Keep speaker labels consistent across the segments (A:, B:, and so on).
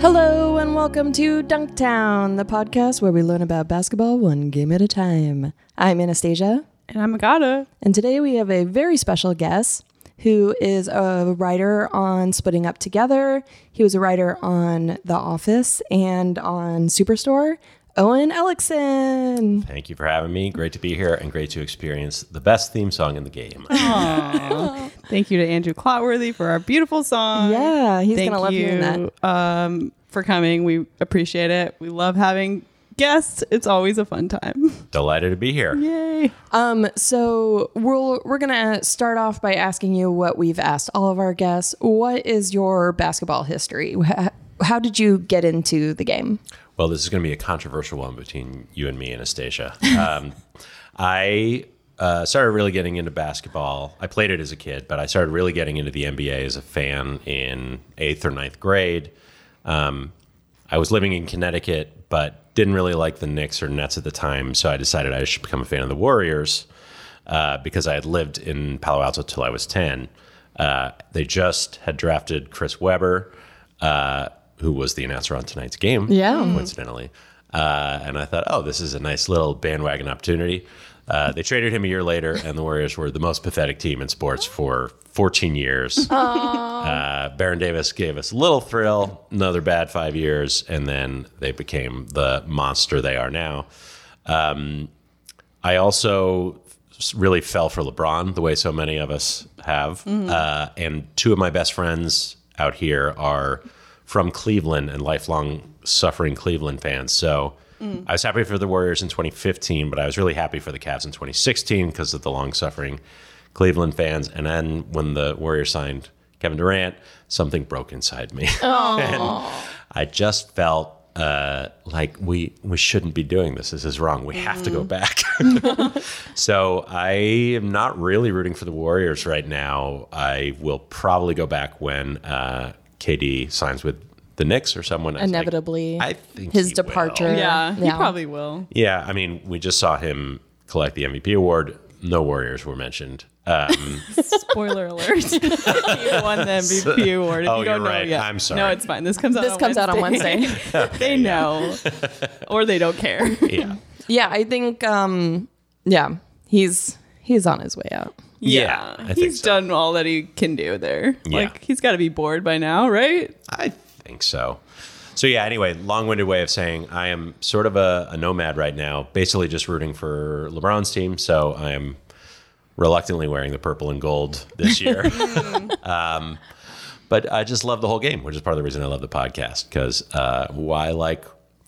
A: Hello and welcome to Dunktown, the podcast where we learn about basketball one game at a time. I'm Anastasia,
B: And I'm Agata.
A: and today we have a very special guest who is a writer on Splitting Up Together. He was a writer on The Office and on Superstore, Owen Ellickson.
C: Thank you for having me. Great to be here and great to experience the best theme song in the game.
B: Thank you to Andrew Clotworthy for our beautiful song.
A: Yeah, he's
B: Thank
A: gonna love
B: you,
A: hearing
B: Um, for coming. We appreciate it. We love having guests. It's always a fun time.
C: Delighted to be here.
B: Yay.
A: Um, so we'll we're gonna start off by asking you what we've asked all of our guests. What is your basketball history? How, how did you get into the game?
C: Well, this is going to be a controversial one between you and me, Anastasia. Um, I uh, started really getting into basketball. I played it as a kid, but I started really getting into the NBA as a fan in eighth or ninth grade. Um, I was living in Connecticut, but didn't really like the Knicks or Nets at the time, so I decided I should become a fan of the Warriors. uh, because I had lived in Palo Alto till I was 10. Uh, they just had drafted Chris Webber, uh, who was the announcer on tonight's game,
A: Yeah.
C: coincidentally. Uh, and I thought, oh, this is a nice little bandwagon opportunity. Uh, they traded him a year later, and the Warriors were the most pathetic team in sports for 14 years. Uh, Baron Davis gave us a little thrill, another bad five years, and then they became the monster they are now. I also s- really fell for LeBron the way so many of us have. Uh, and two of my best friends out here are from Cleveland and lifelong suffering Cleveland fans. So I was happy for the Warriors in 2015, but I was really happy for the Cavs in 2016 because of the long suffering Cleveland fans. And then when the Warriors signed Kevin Durant, something broke inside me. and I just felt uh, like we we shouldn't be doing this. This is wrong. We have to go back. So I am not really rooting for the Warriors right now. I will probably go back when uh, KD signs with the Knicks or someone. I think-
A: Inevitably,
C: I think
A: his
C: he will.
A: departure.
B: Yeah, you
A: Yeah.
B: probably will.
C: Yeah, I mean, we just saw him collect the MVP award. No Warriors were mentioned. Um,
B: Spoiler alert. you won the MVP award. If
C: Oh,
B: you don't know
C: you're right.
B: yet.
C: I'm sorry.
B: No, it's fine. This comes out
A: This
B: on
A: comes out on Wednesday.
B: they know. or they don't care.
C: yeah.
A: yeah, I think. Um, yeah, he's he's on his way out.
C: Yeah, I think
B: he's
C: so.
B: done all that he can do there.
C: Yeah.
B: Like he's got to be bored by now, right?
C: I think so. So yeah. Anyway, long-winded way of saying I am sort of a, a nomad right now, basically just rooting for LeBron's team. So I am reluctantly wearing the purple and gold this year. um,
B: Hmm.
C: but I just love the whole game, which is part of the reason I love the podcast because uh, why like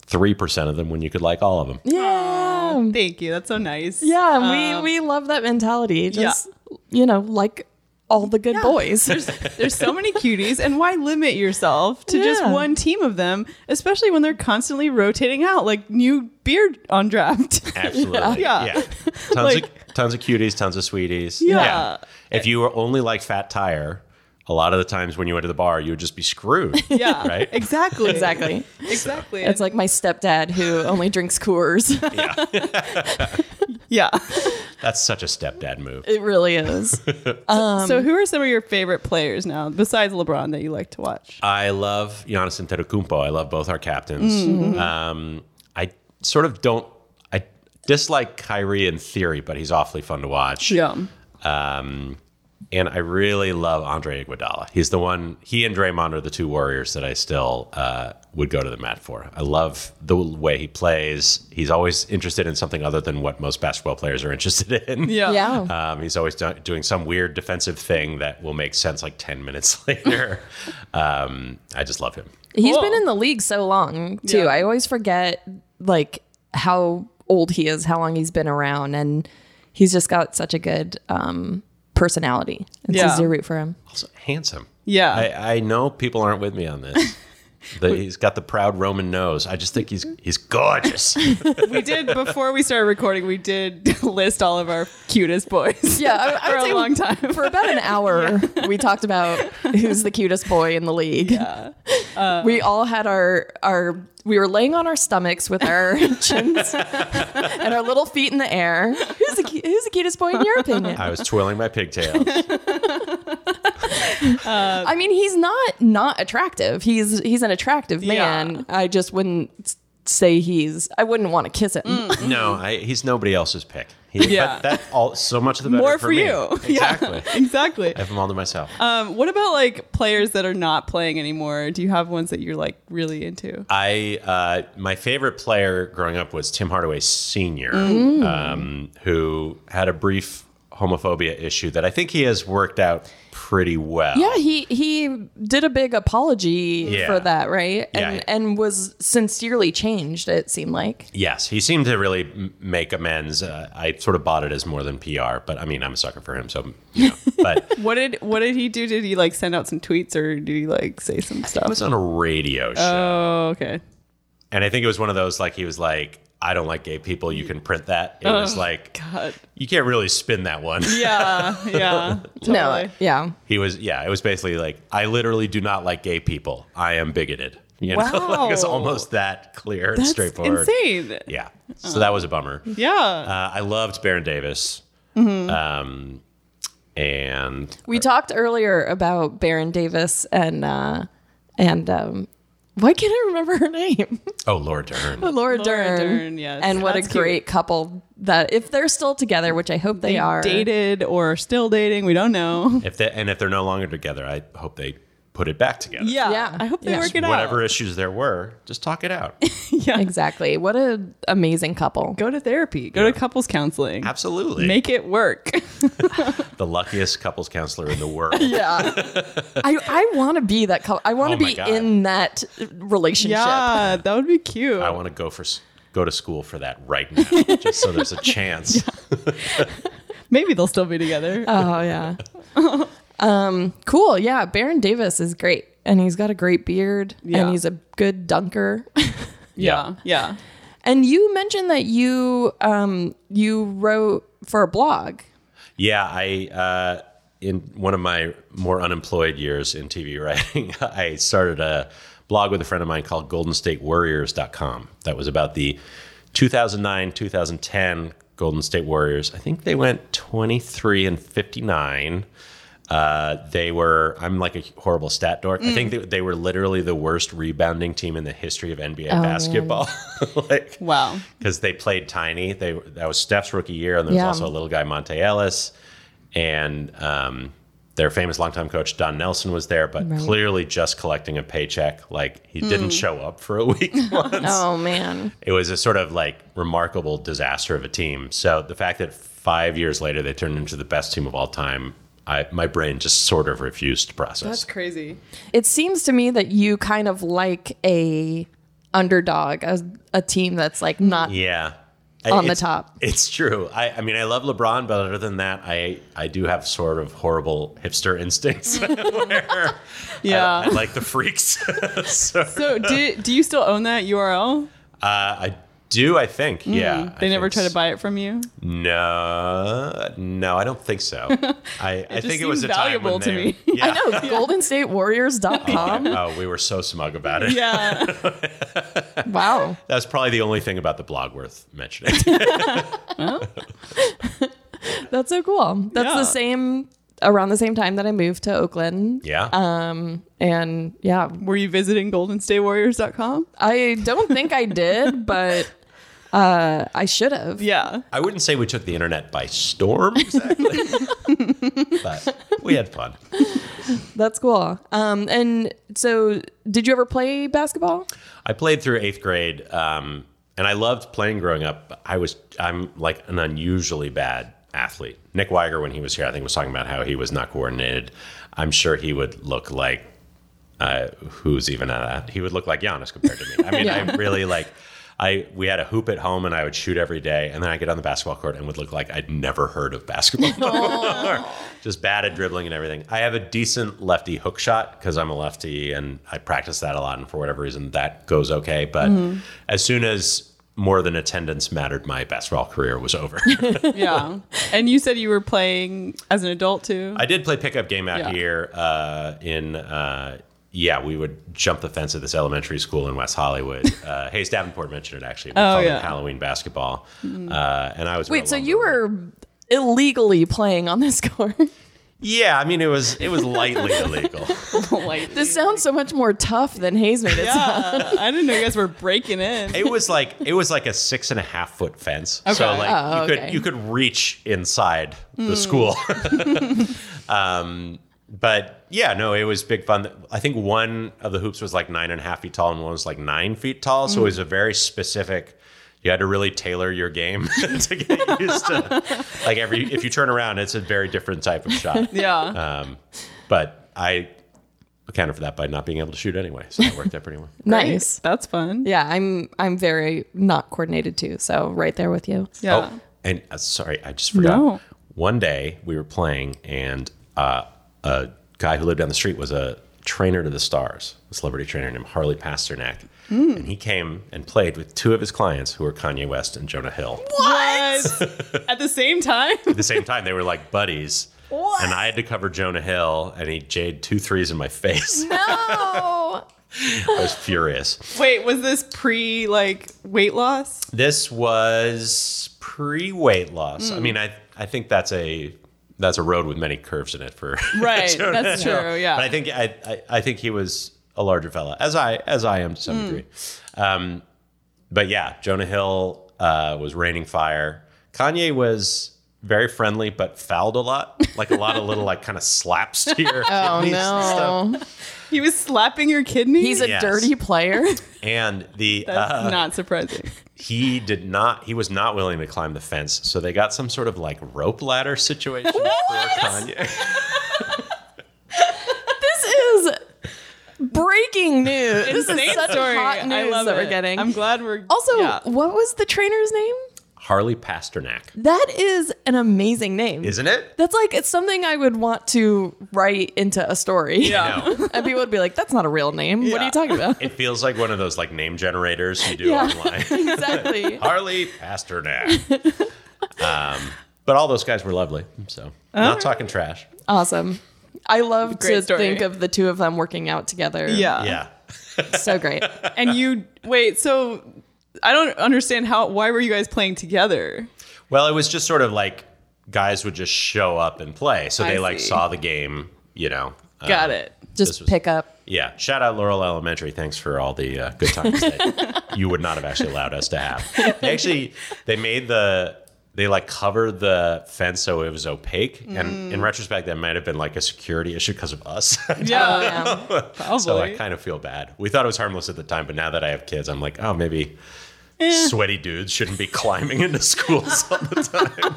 C: three percent of them when you could like all of them?
A: Yeah,
B: Thank you. That's so nice.
A: Um, yeah.
B: Um,
A: we we love that mentality. Just you know, like all the good boys.
B: There's so many cuties, and why limit yourself to just
A: Yeah.
B: one team of them, especially when they're constantly rotating out like new beard on draft?
C: Absolutely.
B: Yeah.
C: Yeah.
B: Yeah.
C: Tons
B: Like-
C: of tons of cuties, tons of sweeties.
B: Yeah.
C: If you were only like Fat Tire, a lot of the times when you went to the bar, you would just be screwed.
B: Yeah,
C: Right.
B: Exactly.
A: exactly.
B: Exactly.
A: It's like my stepdad who only drinks Coors.
B: yeah.
C: That's such a stepdad move.
A: it really is. um,
B: so, who are some of your favorite players now, besides LeBron, that you like to watch?
C: I love Giannis Antetokounmpo. I love both our captains. Um, I sort of don't. I dislike Kyrie in theory, but he's awfully fun to watch.
B: Yeah.
C: Um, and I really love Andre Iguodala. He's the one. He and Draymond are the two Warriors that I still uh, would go to the mat for. I love the way he plays. He's always interested in something other than what most basketball players are interested in.
B: Yeah.
A: Yeah.
C: Um, he's always do- doing some weird defensive thing that will make sense like 10 minutes later. um, I just love him.
A: He's
B: Cool.
A: been in the league so long too.
B: Yeah.
A: I always forget like how old he is, how long he's been around, and he's just got such a good um, personality. It's
B: Yeah.
A: easy to root for him.
C: Also, handsome.
B: Yeah.
C: I, I know people aren't with me on this. that he's got the proud Roman nose. I just think he's he's gorgeous.
B: we did before we started recording. We did list all of our cutest boys.
A: Yeah, I- I
B: for
A: would say
B: a long time.
A: For about an hour, we talked about who's the cutest boy in the league. we all had our our we were laying on our stomachs with our chins and our little feet in the air. Who's the cu- who's the cutest boy in your opinion?
C: I was twirling my pigtails. Uh,
A: I mean, he's not not attractive. He's he's an attractive man.
B: Yeah.
A: I just wouldn't s- say he's. I wouldn't want to kiss him.
C: No, I, he's nobody else's pick. He,
B: Yeah.
C: But that all so much the better
B: More for
C: me.
B: you. Yeah.
C: Exactly.
B: exactly.
C: I have them all to myself.
B: Um, what about like players that are not playing anymore? Do you have ones that you're like really into?
C: I uh, my favorite player growing up was Tim Hardaway Senior, um, who had a brief homophobia issue that I think he has worked out pretty well.
A: Yeah, he he did a big apology
C: Yeah.
A: for that, right?
C: Yeah.
A: And and was sincerely changed. It seemed like.
C: Yes, he seemed to really m- make amends. Uh, I sort of bought it as more than PR, but I mean, I'm a sucker for him, so you know. But
B: What did what did he do? Did he like send out some tweets or did he like say some
C: I
B: stuff?
C: was on a radio show,
B: Oh, okay.
C: and I think it was one of those like he was like, "I don't like gay people. You can print that." It was like
B: God.
C: you can't really spin that one.
B: Yeah, yeah.
A: No, yeah.
C: He was, yeah, it was basically like, I literally do not like gay people. I am bigoted. You know,
B: Wow.
C: like it's almost that clear and
B: That's
C: straightforward.
B: insane.
C: Yeah. So that was a bummer. Uh,
B: Yeah.
C: I loved Baron Davis.
B: Mm-hmm.
C: Um, and
A: We talked earlier about Baron Davis and uh, and um, why can't I remember her name?
C: oh, Laura Dern.
B: Um,
A: Laura, Dern.
B: Dern, yes.
A: And what
B: That's
A: a great couple that if they're still together, which I hope they, are.
B: Dated or still dating? We don't know.
C: if they, and if they're no longer together, I hope they put it back together.
B: Yeah.
A: Yeah.
B: I hope they
A: Yeah.
B: work it
C: Whatever
B: out.
C: issues there were, just talk it out.
B: Yeah.
A: Exactly. What an amazing couple.
B: Go to therapy. Go to couples counseling.
C: Absolutely.
B: Make it work.
C: the luckiest couples counselor in the world.
A: Yeah. I, I want to be that couple. I want
C: Oh
A: to
C: my
A: be
C: God.
A: in that relationship.
B: yeah, that would be cute.
C: I want to go for s- go to school for that right now, just so there's a chance.
B: Maybe they'll still be together.
A: Oh, yeah. um, cool. Yeah. Baron Davis is great. And he's got a great beard.
B: Yeah.
A: And he's a good dunker.
B: yeah. Yeah.
A: and you mentioned that you um, you wrote for a blog.
C: Yeah, I uh, in one of my more unemployed years in TV writing, I started a blog with a friend of mine called GoldenStateWarriors.com. That was about the 2009-2010 Golden State Warriors. I think they went 23 and 59. Uh, they were. I'm like a horrible stat dork. I think they, they were literally the worst rebounding team in the history of NBA basketball. like,
B: Wow.
C: because they played tiny. They that was Steph's rookie year, and there was
A: Yeah.
C: also a little guy Monte Ellis, and um, their famous longtime coach Don Nelson was there, but clearly just collecting a paycheck. Like he didn't show up for a week once.
A: Oh, man.
C: It was a sort of like remarkable disaster of a team. So the fact that five years later they turned into the best team of all time. I, my brain just sort of refused to process.
B: That's crazy.
A: It seems to me that you kind of like a underdog, a, a team that's like not.
C: yeah.
A: On the
C: It's-
A: top.
C: It's true. I, I mean, I love LeBron, but other than that, I, I do have sort of horrible hipster instincts. where
B: Yeah.
C: I, I like the freaks. so, uh,
B: so do, do you still own that URL?
C: I do, I think. yeah.
B: Mm, They
C: I
B: never
C: think
B: try to
C: so.
B: buy it from you?
C: No, no, I don't think so. I, I
B: just
C: think it was a
B: seemed
C: time
B: valuable
C: when
B: to
C: they,
B: me.
C: Yeah.
A: I know, goldenstatewarriors.com.
C: Oh, we were so smug about it.
B: Yeah.
A: Wow.
C: That's probably the only thing about the blog worth mentioning.
B: Uh,
A: That's so cool. That's
B: Yeah.
A: the same around the same time that I moved to Oakland.
C: yeah.
A: Um and yeah,
B: Were you visiting goldenstatewarriors.com?
A: I don't think I did, but uh I should have.
B: Yeah.
C: I wouldn't say we took the internet by storm exactly, but we had fun.
A: That's cool. Um and so did you ever play basketball?
C: I played through eighth grade, um, and I loved playing growing up. but I was I'm like an unusually bad athlete. Nick Weiger, when he was here, I think was talking about how he was not coordinated. I'm sure he would look like uh, who's even at that. He would look like Giannis compared to me. I mean, I really like. I we had a hoop at home, and I would shoot every day, and then I would get on the basketball court and would look like I'd never heard of basketball. before. Just bad at dribbling and everything. I have a decent lefty hook shot because I'm a lefty, and I practice that a lot. And for whatever reason, that goes okay. But as soon as more than attendance mattered, my basketball career was over.
B: Yeah. and you said you were playing as an adult too?
C: I did play pickup game out
B: Yeah.
C: here uh, in. Uh, yeah, we would jump the fence at this elementary school in West Hollywood. Uh, Hayes Davenport mentioned it actually. We
B: Oh,
C: called
B: yeah.
C: it Halloween basketball, uh, and I was
A: Wait,
C: real
A: so
C: long
A: you
C: over it.
A: were illegally playing on this court?
C: Yeah, I mean it was it was lightly illegal.
B: Like,
A: This sounds so much more tough than Hayes made it sound.
B: yeah, I didn't know you guys were breaking in.
C: It was like it was like a six and a half foot fence. So
B: Okay.
C: like
A: Oh,
C: you
A: okay. Hmm.
C: could you could reach inside the school. um, but yeah, no, it was big fun. I think one of the hoops was like nine and a half feet tall, and one was like nine feet tall. So it was a very specific. You had to really tailor your game to get used to. Like every if you turn around, it's a very different type of shot.
B: Yeah.
C: Um, but I accounted for that by not being able to shoot anyway, so that worked out pretty well.
B: Great.
A: Nice.
B: That's fun.
A: Yeah, I'm I'm very not coordinated too, so right there with you.
B: Yeah.
C: Oh, and uh, sorry, I just forgot.
B: No.
C: One day we were playing, and uh, a guy who lived down the street was a trainer to the stars, a celebrity trainer named Harley Pasternak.
B: Hmm.
C: And he came and played with two of his clients who were Kanye West and Jonah Hill.
B: What? At the same time?
C: At the same time, they were like buddies.
B: What?
C: And I had to cover Jonah Hill, and he jade two threes in my face.
A: No.
C: I was furious.
B: Wait, was this pre like weight loss?
C: This was pre weight loss.
B: Hmm.
C: I mean, I I think that's a that's a road with many curves in it for
B: Right,
C: Jonah
B: that's
C: Hill.
B: true, yeah.
C: but I think I, I I think he was a larger fella, as I as I am to
B: Hmm.
C: some degree. Um, but yeah, Jonah Hill uh, was raining fire. Kanye was very friendly, but fouled a lot, like a lot of little like kind of slaps to your oh, kidneys and stuff.
A: No.
B: He was slapping your kidneys?
A: He's a
C: Yes.
A: dirty player.
C: And the
B: That's
C: uh,
B: not surprising.
C: he did not he was not willing to climb the fence so they got some sort of like rope ladder situation for kanye
A: this is breaking news. this
B: Insane
A: is such
B: story.
A: hot news
B: I love
A: that
B: it.
A: we're getting.
B: I'm glad we're
A: also,
B: yeah.
A: what was the trainer's name?
C: harley pasternak
A: That is an amazing name.
C: isn't it
A: That's like it's something I would want to write into a story.
B: Yeah.
C: no
A: and people would be like, "That's not a real name. What are
B: Yeah.
A: you talking about?"
C: it feels like one of those like name generators you do
A: Yeah.
C: online
A: exactly.
C: harley pasternak um, but all those guys were lovely so not talking trash
A: Awesome. I love
B: Great
A: to
B: story.
A: think of the two of them working out together.
B: yeah.
C: yeah
A: So great.
B: And you wait, so I don't understand how why were you guys playing together?
C: well it was just sort of like guys would just show up and play so
B: I
C: they like
B: see.
C: saw the game you know Uh,
B: Got it.
A: Just
C: This was-
A: pick up.
C: Yeah, shout out Laurel Elementary. Thanks for all the uh, good times that you would not have actually allowed us to have. They actually they made the they like covered the fence so it was opaque,
B: Mm.
C: and in retrospect, that might have been like a security issue because of us.
A: Oh,
B: Yeah.
A: yeah.
B: Probably.
C: so I kind of feel bad. We thought it was harmless at the time, but now that I have kids, I'm like, oh, maybe sweaty dudes shouldn't be climbing into schools all the time.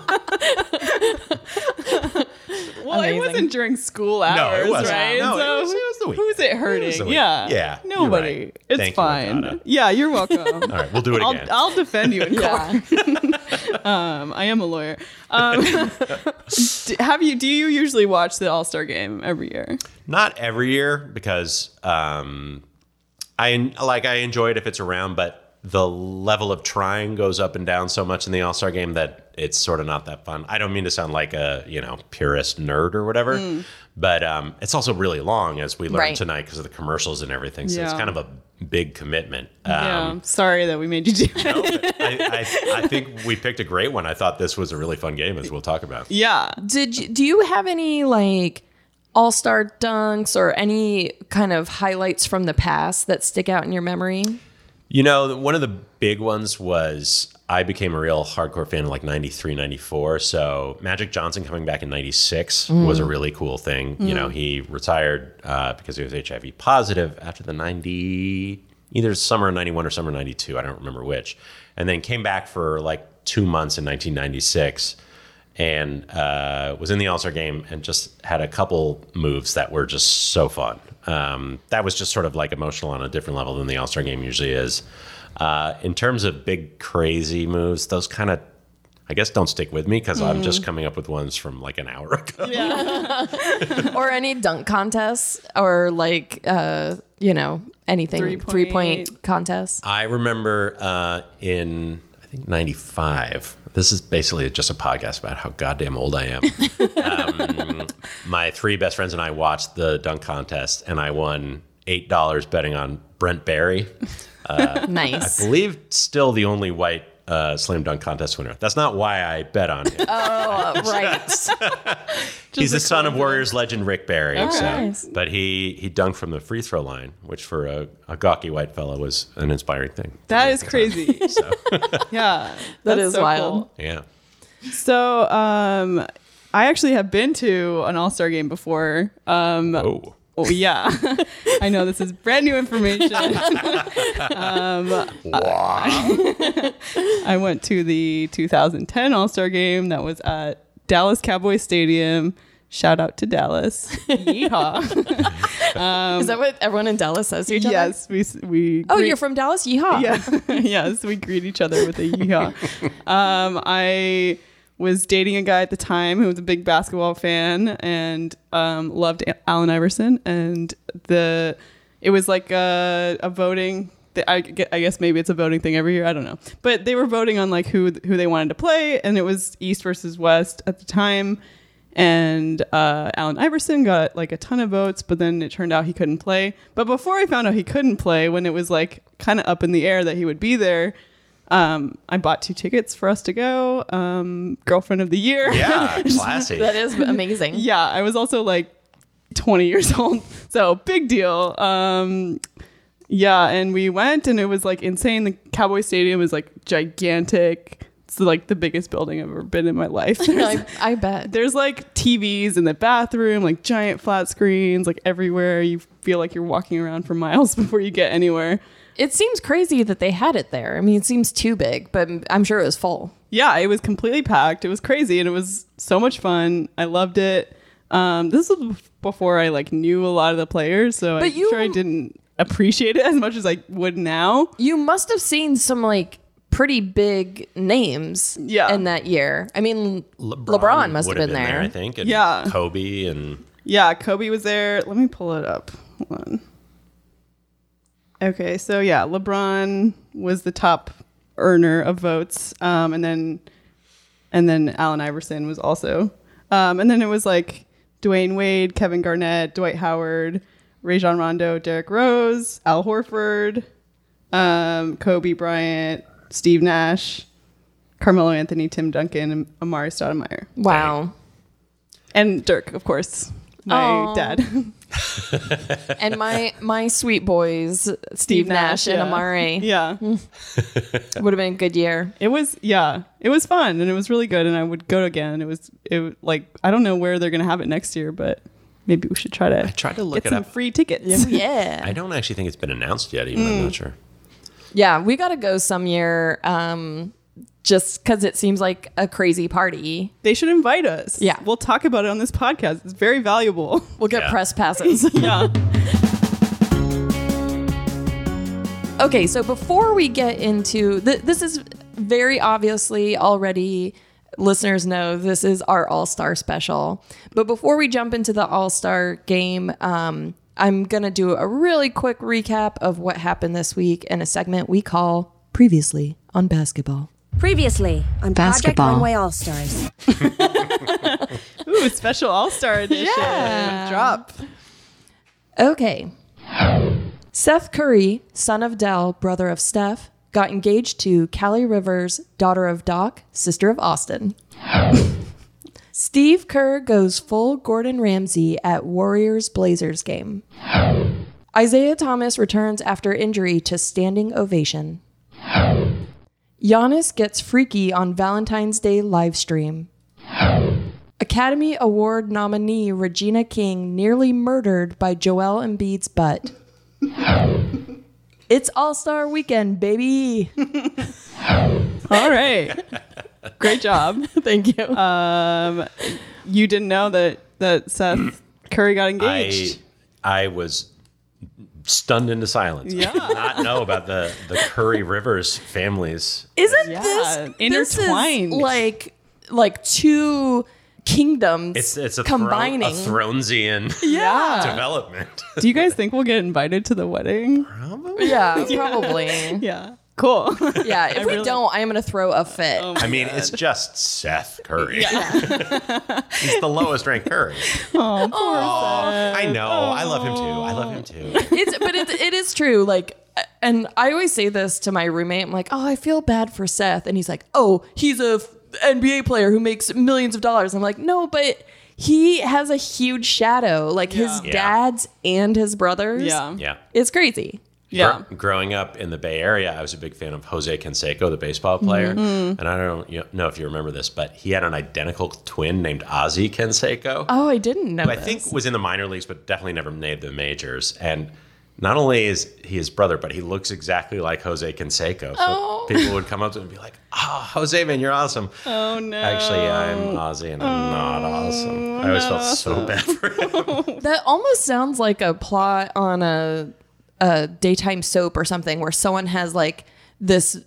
B: well,
A: Amazing.
B: it wasn't during school hours,
C: No, it wasn't.
B: right?
C: No,
B: so
C: it was- it was the
B: who's it hurting?
C: was the weekend.
B: yeah.
C: Yeah, you're
B: Nobody.
C: right.
B: It's
C: Thank you,
B: fine.
C: Madonna.
B: yeah, you're welcome.
C: All right, we'll do it
B: I'll,
C: again.
B: I'll defend you in court.
A: Yeah.
B: Um, I am a lawyer. Um, d- have you? Do you usually watch the All Star Game every year?
C: Not every year because um, I like I enjoy it if it's around, but the level of trying goes up and down so much in the All Star game that it's sort of not that fun. I don't mean to sound like a you know purist nerd or whatever,
B: Mm.
C: but um, it's also really long as we learned
A: Right.
C: tonight because of the commercials and everything. So it's
B: Yeah.
C: kind of a big commitment.
B: yeah.
C: Um,
B: I'm sorry that we made you do that.
C: I, I, I think we picked a great one. I thought this was a really fun game, as we'll talk about.
B: Yeah.
A: Did you, do you have any like all star dunks or any kind of highlights from the past that stick out in your memory?
C: You know, one of the big ones was I became a real hardcore fan in like 93, 94. So Magic Johnson coming back in 96 was a really cool thing. You know, he retired uh, because he was HIV positive after the 90, either summer of 91 or summer of 92. I don't remember which. And then came back for like two months in 1996 and uh, was in the All Star game and just had a couple moves that were just so fun. Um, that was just sort of like emotional on a different level than the All Star game usually is. Uh, in terms of big crazy moves, those kind of I guess don't stick with me because I'm just coming up with ones from like an hour ago.
B: Yeah.
A: or any dunk contests or like uh, you know, anything three
B: Three-point.
A: point, contests.
C: I remember uh, in I think '95. This is basically just a podcast about how goddamn old I am. um, my three best friends and I watched the dunk contest, and I won eight dollars betting on Brent Barry.
A: nice.
C: believe still the only white uh, slam dunk contest winner. That's not why I bet on him.
A: Oh, right.
C: He's the Oh, son of Warriors legend Rick Barry. so-
A: nice.
C: But he he dunked from the free throw line, which for a, a gawky white fellow was an inspiring thing.
B: That is crazy. yeah.
A: That
B: that's
A: is wild.
C: Yeah.
B: So, um, I actually have been to an All Star game before. Um,
C: Oh.
B: oh, yeah. I know this is brand new information.
C: Wow.
B: I went to the 2010 All Star Game that was at Dallas Cowboys Stadium. Shout out to Dallas. Yeehaw.
A: is that what everyone in Dallas says to each other?
B: Um, yes, we, s- we.
A: Oh,
B: greet-
A: you're from Dallas? Yeehaw.
B: Yeah. yes, we greet each other with a yeehaw. um, I was dating a guy at the time who was a big basketball fan and um, loved A- Allen Iverson, and the it was like a, a voting. th- I gue- I guess maybe it's a voting thing every year. I don't know, but they were voting on like who who they wanted to play, and it was East versus West at the time. And uh, Allen Iverson got like a ton of votes, but then it turned out he couldn't play. But before I found out he couldn't play, when it was like kind of up in the air that he would be there, um, I bought two tickets for us to go. Um, girlfriend of the year.
C: Yeah, classy.
A: That is amazing.
B: Yeah, I was also like 20 years old. So big deal. Um, yeah, and we went and it was like insane. The Cowboy Stadium is like gigantic. It's like the biggest building I've ever been in my life.
A: I, I bet.
B: There's like TVs in the bathroom, like giant flat screens, like everywhere. You feel like you're walking around for miles before you get anywhere.
A: It seems crazy that they had it there. I mean, it seems too big, but I'm sure it was full.
B: yeah, it was completely packed. It was crazy, and it was so much fun. I loved it. Um, this was before I like knew a lot of the players, so
A: But
B: I'm
A: you-
B: sure I didn't appreciate it as much as I would now.
A: You must have seen some like pretty big names
B: Yeah.
A: in that year. I mean, LeBron, must have
C: would
A: been, there.
C: I think. And
B: Yeah.
C: Kobe and
B: Yeah, Kobe was there. Let me pull it up. Hold on. Okay, so yeah, LeBron was the top earner of votes, um, and then and then Allen Iverson was also, um, and then it was like Dwayne Wade, Kevin Garnett, Dwight Howard, Rajon Rondo, Derrick Rose, Al Horford, um, Kobe Bryant, Steve Nash, Carmelo Anthony, Tim Duncan, and Amari Stoudemire,
A: Wow.
B: and Dirk, of course, my
A: Aw.
B: dad.
A: and my my sweet boys, Steve, Nash, and
B: yeah.
A: Amari,
B: Yeah.
A: would have been a good year.
B: It was yeah. It was fun and it was really good and I would go again. It was it was, like I don't know where they're going to have it next year, but maybe we should try to I
C: tried to look
B: get
C: it
B: some
C: up.
B: free tickets.
A: Yeah.
C: I don't actually think it's been announced yet, even I'm
B: Mm.
C: not sure.
A: Yeah, we got to go some year um, just because it seems like a crazy party.
B: they should invite us.
A: Yeah.
B: We'll talk about it on this podcast. It's very valuable.
A: We'll get
C: Yeah.
A: press passes.
B: yeah.
A: Okay, so before we get into th- this, is very obviously already listeners know this is our All Star special. But before we jump into the All Star game, um, I'm gonna do a really quick recap of what happened this week in a segment we call "Previously on Basketball."
D: Previously on
E: Basketball.
D: Project Runway All Stars.
B: Ooh, special all-star edition. Drop.
A: Okay. Seth Curry, son of Dell, brother of Steph, got engaged to Callie Rivers, daughter of Doc, sister of Austin. Steve Kerr goes full Gordon Ramsay at Warriors Blazers game. Isaiah Thomas returns after injury to standing ovation. Giannis gets freaky on Valentine's Day live stream. Academy Award nominee Regina King nearly murdered by Joel Embiid's butt. it's All Star Weekend, baby.
B: All right. Great job. Um,
A: Thank you.
B: You didn't know that that Seth Curry got engaged.
C: I I was stunned into silence. I did not know about the the Curry Rivers families.
A: Isn't
B: Yeah,
A: this
B: intertwined.
A: This is like like two kingdoms
C: It's it's a
A: combining.
C: Thro- a Thronesian
B: yeah.
C: development.
B: Do you guys think we'll get invited to the wedding?
C: Probably.
A: yeah, probably.
B: Yeah. Cool.
A: Yeah, if we
B: really- Oh,
A: don't, I am gonna throw a fit.
C: I mean, it's just Seth Curry. He's the lowest ranked Curry.
B: Oh,
C: I know. I love him too. I love him too.
B: Oh.
A: it's but it, it is true. Like and I always say this to my roommate. I'm like, oh, I feel bad for Seth, and he's like, oh, he's a f- NBA player who makes millions of dollars. I'm like, no, but he has a huge shadow, like his
C: Yeah.
A: dad's and his brothers.
B: Yeah.
C: Yeah.
A: it's crazy.
B: Yeah.
C: Gr- growing up in the Bay Area, I was a big fan of Jose Canseco, the baseball player. And I don't you know, know if you remember this, but he had an identical twin named Ozzy Canseco.
A: Oh, I didn't know.
C: who I
A: this.
C: think was in the minor leagues, but definitely never made the majors. And not only is he his brother, but he looks exactly like Jose Canseco. So
A: Oh.
C: people would come up to him and be like, "Ah, Jose, man, you're awesome."
B: Oh no.
C: Actually, I'm Ozzy, and I'm not awesome. I always felt so bad for him.
A: That almost sounds like a plot on a a daytime soap or something where someone has like this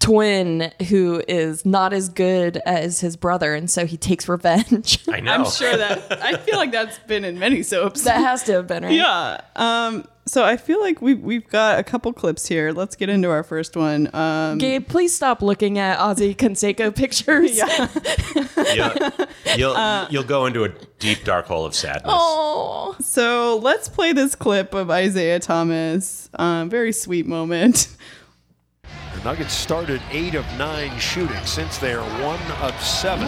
A: twin who is not as good as his brother and so he takes revenge.
C: I know.
B: I'm sure that I feel like that's been in many soaps.
A: that has to have been right.
B: yeah. Um. So I feel like we we've got a couple clips here. Let's get into our first one. Um.
A: Gabe, please stop looking at Ozzy Canseco pictures.
C: You'll, you'll, you'll go into a deep dark hole of sadness.
A: Oh.
B: So let's play this clip of Isaiah Thomas. Um. Very sweet moment.
E: The Nuggets started eight of nine shooting since they are one of seven.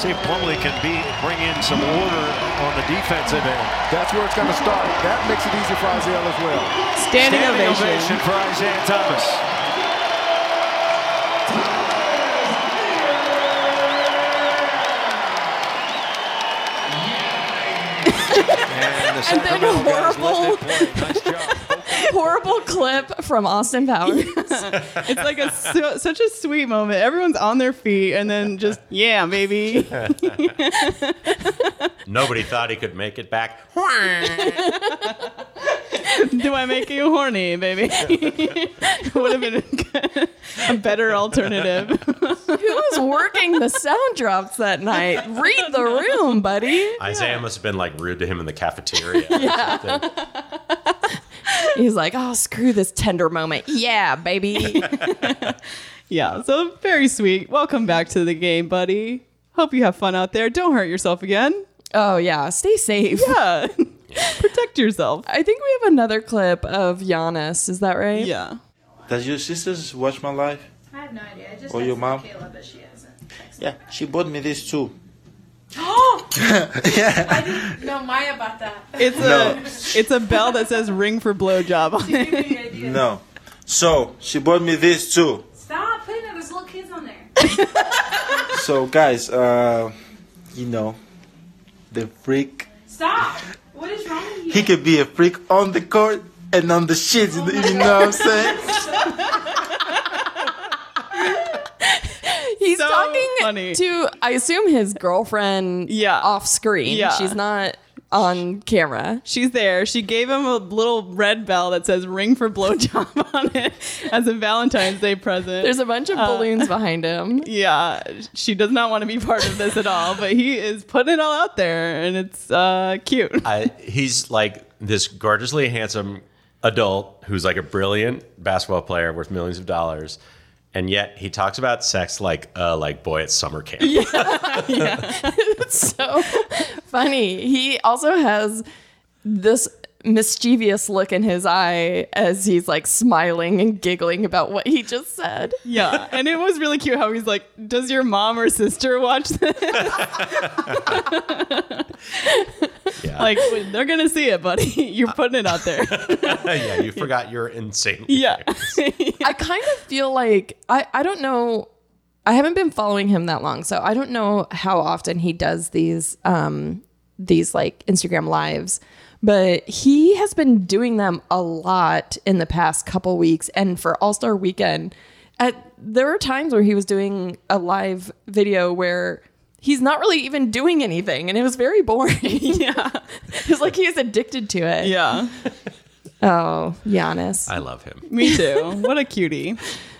E: See if Plumlee can be bring in some order on the defensive end.
F: That's where it's going to start. That makes it easy for Isaiah as well.
B: Standing,
E: Standing
B: ovation.
E: ovation for Isaiah Thomas. and the Sacramento guys letting it play. Nice job.
A: Horrible clip from Austin Powers.
B: It's like a so, such a sweet moment. Everyone's on their feet, and then just yeah, baby.
C: Nobody thought he could make it back.
B: Do I make you horny, baby? Would have been a, a better alternative.
A: Who was working the sound drops that night? Read the room, buddy.
C: Isaiah must have been like rude to him in the cafeteria. or something.
A: He's like, oh, screw this tender moment. Yeah, baby.
B: Yeah, so very sweet. Welcome back to the game, buddy. Hope you have fun out there. Don't hurt yourself again.
A: Oh yeah, stay safe.
B: Yeah. Protect yourself.
A: I think we have another clip of Giannis. Is that right?
B: Yeah.
G: Does your sisters watch my life?
H: I have no idea. I just
G: Or your
H: texted
G: mom?
H: Kayla, but she hasn't.
G: Yeah, she bought me this too.
H: I didn't know Maya about that.
B: It's a it's a bell that says ring for blowjob on it.
G: No. So she bought me this too.
H: Stop putting all those little kids on there.
G: So guys, uh, you know, the freak.
H: Stop. What is wrong with you? Oh
G: He could be a freak on the court and on the shit. You know what I'm saying?
A: He's
B: So
A: talking
B: funny.
A: to I assume his girlfriend
B: Yeah.
A: off screen.
B: Yeah.
A: She's not on camera.
B: She's there. She gave him a little red bell that says ring for blowjob on it as a Valentine's Day present.
A: There's a bunch of
B: Uh,
A: balloons behind him.
B: yeah, she does not want to be part of this at all, but he is putting it all out there and it's uh, cute.
C: I, he's like this gorgeously handsome adult who's like a brilliant basketball player worth millions of dollars, and yet he talks about sex like a like boy at summer camp.
A: So funny. He also has this mischievous look in his eye as he's like smiling and giggling about what he just said.
B: Yeah, and it was really cute how he's like, "Does your mom or sister watch this?"
C: Yeah.
B: like, they're gonna see it, buddy. You're putting it out there.
C: yeah, you forgot you're insane.
B: Yeah,
A: I kind of feel like I, I don't know. I haven't been following him that long, so I don't know how often he does these um these like Instagram lives, but he has been doing them a lot in the past couple weeks and for All-Star weekend. At there were times where he was doing a live video where he's not really even doing anything and it was very boring. yeah. It's like he is addicted to it.
B: yeah.
A: Oh, Giannis.
C: I love him.
B: Me too. What a cutie.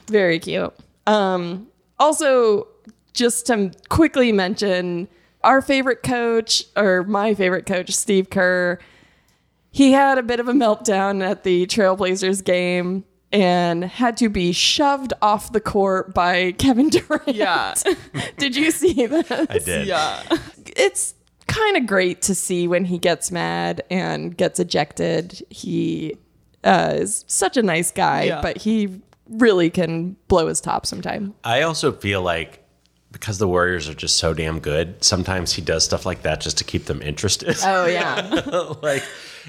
A: Very cute. Um, also, just to quickly mention our favorite coach, or my favorite coach, Steve Kerr, he had a bit of a meltdown at the Trailblazers game and had to be shoved off the court by Kevin Durant.
B: Yeah.
A: Did you see that?
C: I did.
B: Yeah,
A: It's kind of great to see when he gets mad and gets ejected. He uh, is such a nice guy,
B: Yeah.
A: but he really can blow his top sometime.
C: I also feel like because the Warriors are just so damn good, sometimes he does stuff like that just to keep them interested.
A: Oh yeah,
C: like,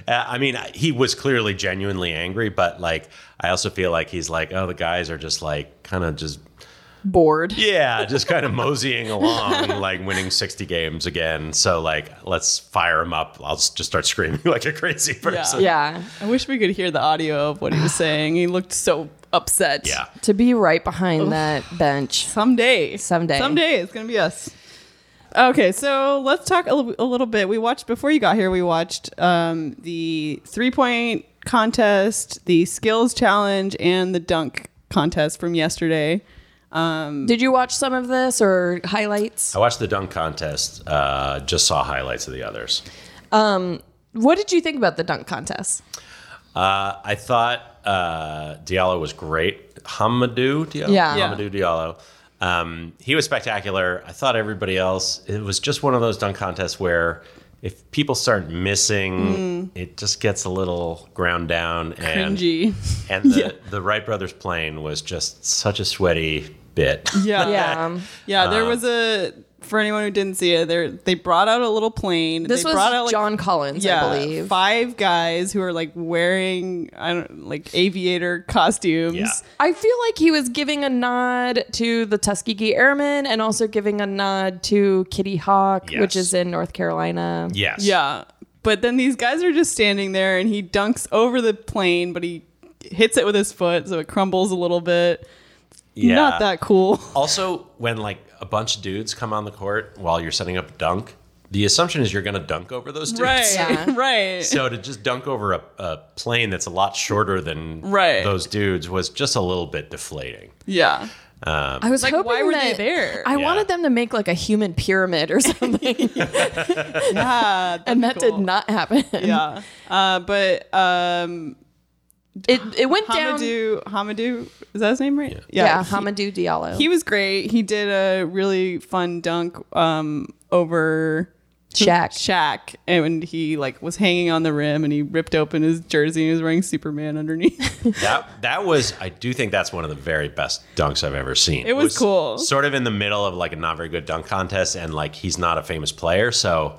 C: uh, I mean, he was clearly genuinely angry, but like, I also feel like he's like, oh, the guys are just like kind of just
A: bored.
C: Yeah, just kind of moseying along, like winning 60 games again. So, like, let's fire him up. I'll s- just start screaming like a crazy person.
A: Yeah,
B: I wish we could hear the audio of what he was saying. He looked so upset.
C: Yeah.
A: to be right behind that bench.
B: Someday.
A: Someday.
B: Someday. It's going to be us. Okay, so let's talk a li- a little bit. We watched, before you got here, we watched um, the three point contest, the skills challenge, and the dunk contest from yesterday.
A: Did you watch some of this or highlights?
C: I watched the dunk contest, uh, just saw highlights of the others.
A: What did you think about the dunk contest?
C: Uh, I thought uh, Diallo was great. Hamadou Diallo.
A: Yeah. Yeah.
C: Hamadou Diallo. Um, he was spectacular. I thought everybody else. It was just one of those dunk contests where if people start missing, it just gets a little ground down and
B: Mm. Cringy.
C: And the, the Wright brothers plane was just such a sweaty bit.
B: Yeah.
A: Yeah.
B: Yeah,
C: Um,
B: there was a for anyone who didn't see it, there they brought out a little plane.
A: This
B: they
A: was
B: brought out like,
A: John Collins, I
B: yeah,
A: believe.
B: Five guys who are like wearing I don't like aviator costumes.
C: Yeah.
A: I feel like he was giving a nod to the Tuskegee Airmen and also giving a nod to Kitty Hawk,
C: Yes.
A: which is in North Carolina.
C: Yes.
B: Yeah. But then these guys are just standing there and he dunks over the plane, but he hits it with his foot so it crumbles a little bit.
C: Yeah.
B: Not that cool.
C: Also, when like a bunch of dudes come on the court while you're setting up a dunk, the assumption is you're going to dunk over those dudes.
B: Right.
A: Yeah.
B: Right.
C: So to just dunk over a, a plane that's a lot shorter than
B: Right.
C: those dudes was just a little bit deflating.
B: yeah.
A: I was
B: Like,
A: hoping
B: why were they
A: that-
B: there?
A: I
C: Yeah.
A: wanted them to make like a human pyramid or something,
B: Yeah.
A: and that did not happen.
B: yeah. Uh, but um
A: It it went down.
B: Hamadou Hamadou is that his name right?
A: Yeah,
B: he-
A: Hamadou Diallo.
B: He was great. He did a really fun dunk um, over
A: Shaq.
B: Shaq, and he like was hanging on the rim, and he ripped open his jersey, and he was wearing Superman underneath.
C: That that was I do think that's one of the very best dunks I've ever seen.
B: It was cool.
C: Sort of in the middle of like a not very good dunk contest and like he's not a famous player, so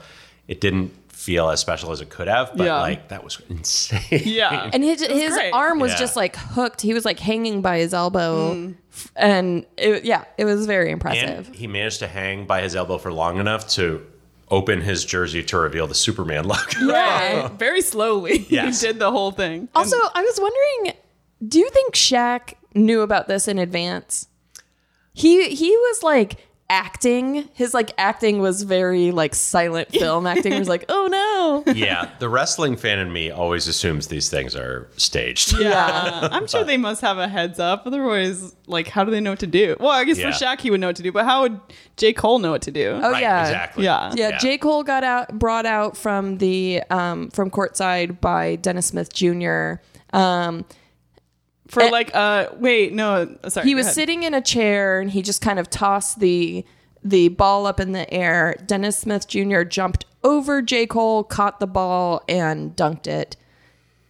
C: it didn't feel as special as it could have, but
B: Yeah.
C: like that was insane.
B: yeah,
A: and his, his
B: great.
A: arm was
C: Yeah.
A: just like hooked. He was like hanging by his elbow, F- and it, yeah, it was very
C: And
A: impressive.
C: he managed to hang by his elbow for long enough to open his jersey to reveal the Superman logo.
B: Right. very slowly
C: Yes.
B: he did the whole thing. uh,
A: also, I was wondering, do you think Shaq knew about this in advance? He he was like acting. His like acting was very like silent film acting. He was like, oh no,
C: yeah, the wrestling fan in me always assumes these things are staged.
B: yeah, I'm sure they must have a heads up. Otherwise, like, how do they know what to do? Well, I guess
C: Yeah.
B: for Shaq, he would know what to do, but how would J. Cole know what to do?
A: oh
C: Right,
A: yeah,
C: exactly.
B: Yeah.
A: Yeah, J. Cole got out brought out from the um from courtside by Dennis Smith Jr. Um
B: For like, uh, wait, no, sorry.
A: eh, he
B: go
A: was
B: ahead.
A: sitting in a chair and he just kind of tossed the the ball up in the air. Dennis Smith Jr. jumped over J. Cole, caught the ball, and dunked it.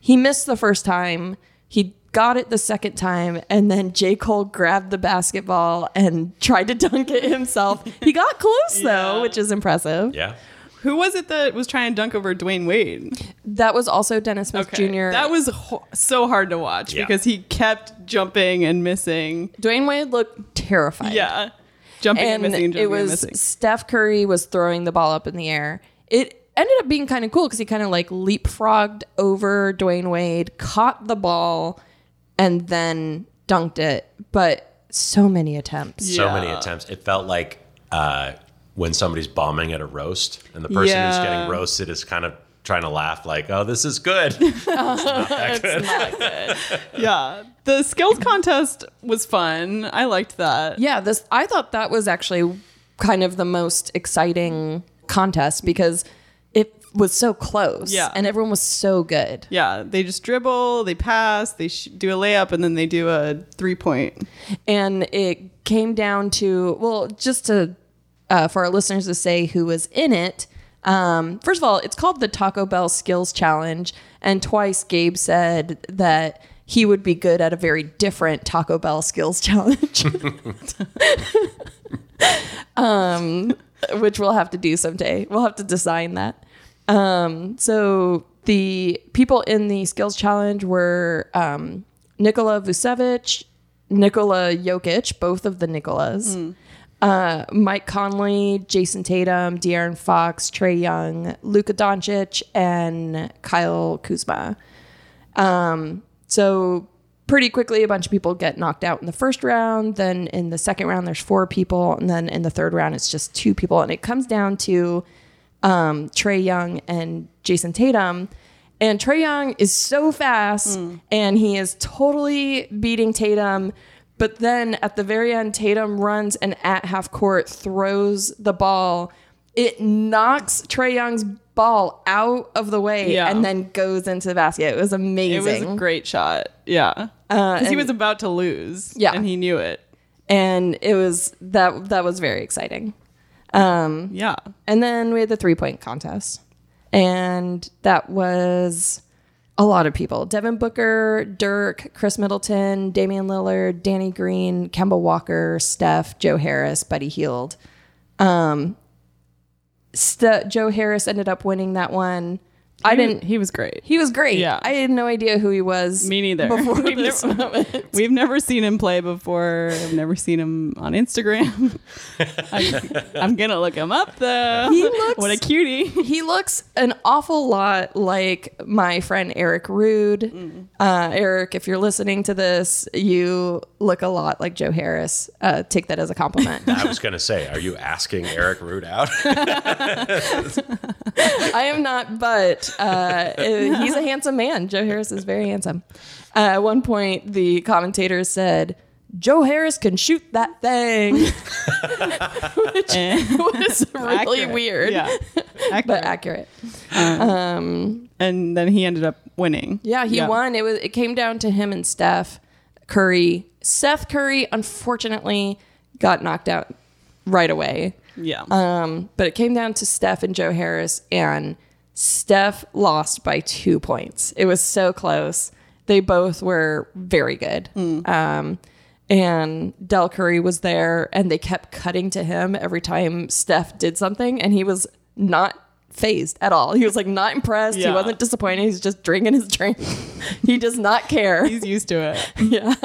A: He missed the first time. He got it the second time, and then J. Cole grabbed the basketball and tried to dunk it himself. He got close though, which is impressive.
C: Yeah.
B: Who was it that was trying to dunk over Dwayne Wade?
A: That was also Dennis Smith Jr.
B: That was ho- so hard to watch
C: Yeah.
B: because he kept jumping and missing.
A: Dwayne Wade looked terrified.
B: Yeah. Jumping and,
A: And
B: missing and jumping
A: it was
B: and missing.
A: Steph Curry was throwing the ball up in the air. It ended up being kind of cool because he kind of like leapfrogged over Dwayne Wade, caught the ball, and then dunked it. But so many attempts.
C: so
B: Yeah.
C: many attempts. It felt like uh, when somebody's bombing at a roast, and the person who's
B: Yeah.
C: getting roasted is kind of trying to laugh, like, "Oh, this is good." It's not that good.
B: Yeah. The skills contest was fun. I liked that.
A: Yeah, this I thought that was actually kind of the most exciting contest because it was so close.
B: Yeah.
A: And everyone was so good.
B: Yeah. They just dribble, they pass, they sh- do a layup, and then they do a three point.
A: and it came down to well just to uh, for our listeners to say who was in it Um, first of all, it's called the Taco Bell Skills Challenge, and twice Gabe said that he would be good at a very different Taco Bell Skills Challenge, um, which we'll have to do someday. We'll have to design that. Um, so the people in the skills challenge were um, Nikola Vucevic, Nikola Jokic, both of the Nikolas, uh, Mike Conley, Jason Tatum, De'Aaron Fox, Trey Young, Luka Doncic, and Kyle Kuzma. Um, so pretty quickly, a bunch of people get knocked out in the first round. Then in the second round, there's four people, and then in the third round, it's just two people, and it comes down to um, Trey Young and Jason Tatum. And Trey Young is so fast and he is totally beating Tatum. But then at the very end, Tatum runs and at half court throws the ball. It knocks Trey Young's ball out of the way
B: Yeah.
A: and then goes into the basket. It was
B: It was
A: amazing. Uh,
B: a great shot. Yeah. Because he was about to lose.
A: Yeah.
B: And he knew it.
A: and it was that that was very exciting. Um,
B: Yeah.
A: and then we had the three point contest, and that was a lot of people: Devin Booker, Dirk, Chris Middleton, Damian Lillard, Danny Green, Kemba Walker, Steph, Joe Harris, Buddy Heald. Um, Ste- Joe Harris ended up winning that one. I didn't.
B: He was great.
A: He was great.
B: Yeah.
A: I had no idea who he was.
B: Me neither.
A: Before
B: We've
A: this
B: never-
A: moment.
B: We've never seen him play before. I've never seen him on Instagram. I, am gonna look him up though.
A: He looks-
B: what a cutie.
A: he looks an awful lot like my friend Eric Rude.
B: Mm.
A: Uh, Eric, if you're listening to this, you look a lot like Joe Harris. Uh, take that as a compliment.
C: I was going to say, are you asking Eric Root out?
A: I am not, but uh, uh, he's a handsome man. Joe Harris is very handsome. Uh, at one point, the commentator said, Joe Harris can shoot that thing. Which was really
B: Accurate.
A: weird,
B: Yeah.
A: but
B: Accurate.
A: accurate.
B: and then he ended up winning.
A: Yeah, he won. It was it came down to him and Steph Curry. Seth Curry unfortunately got knocked out right away.
B: Yeah.
A: Um, but it came down to Steph and Joe Harris and Steph lost by 2 points. It was so close. They both were very good.
B: Mm.
A: Um and Del Curry was there and they kept cutting to him every time Steph did something and he was not phased at all. He was like not impressed. He
B: Yeah.
A: wasn't disappointed. He's just drinking his drink. he does not care.
B: He's used to it.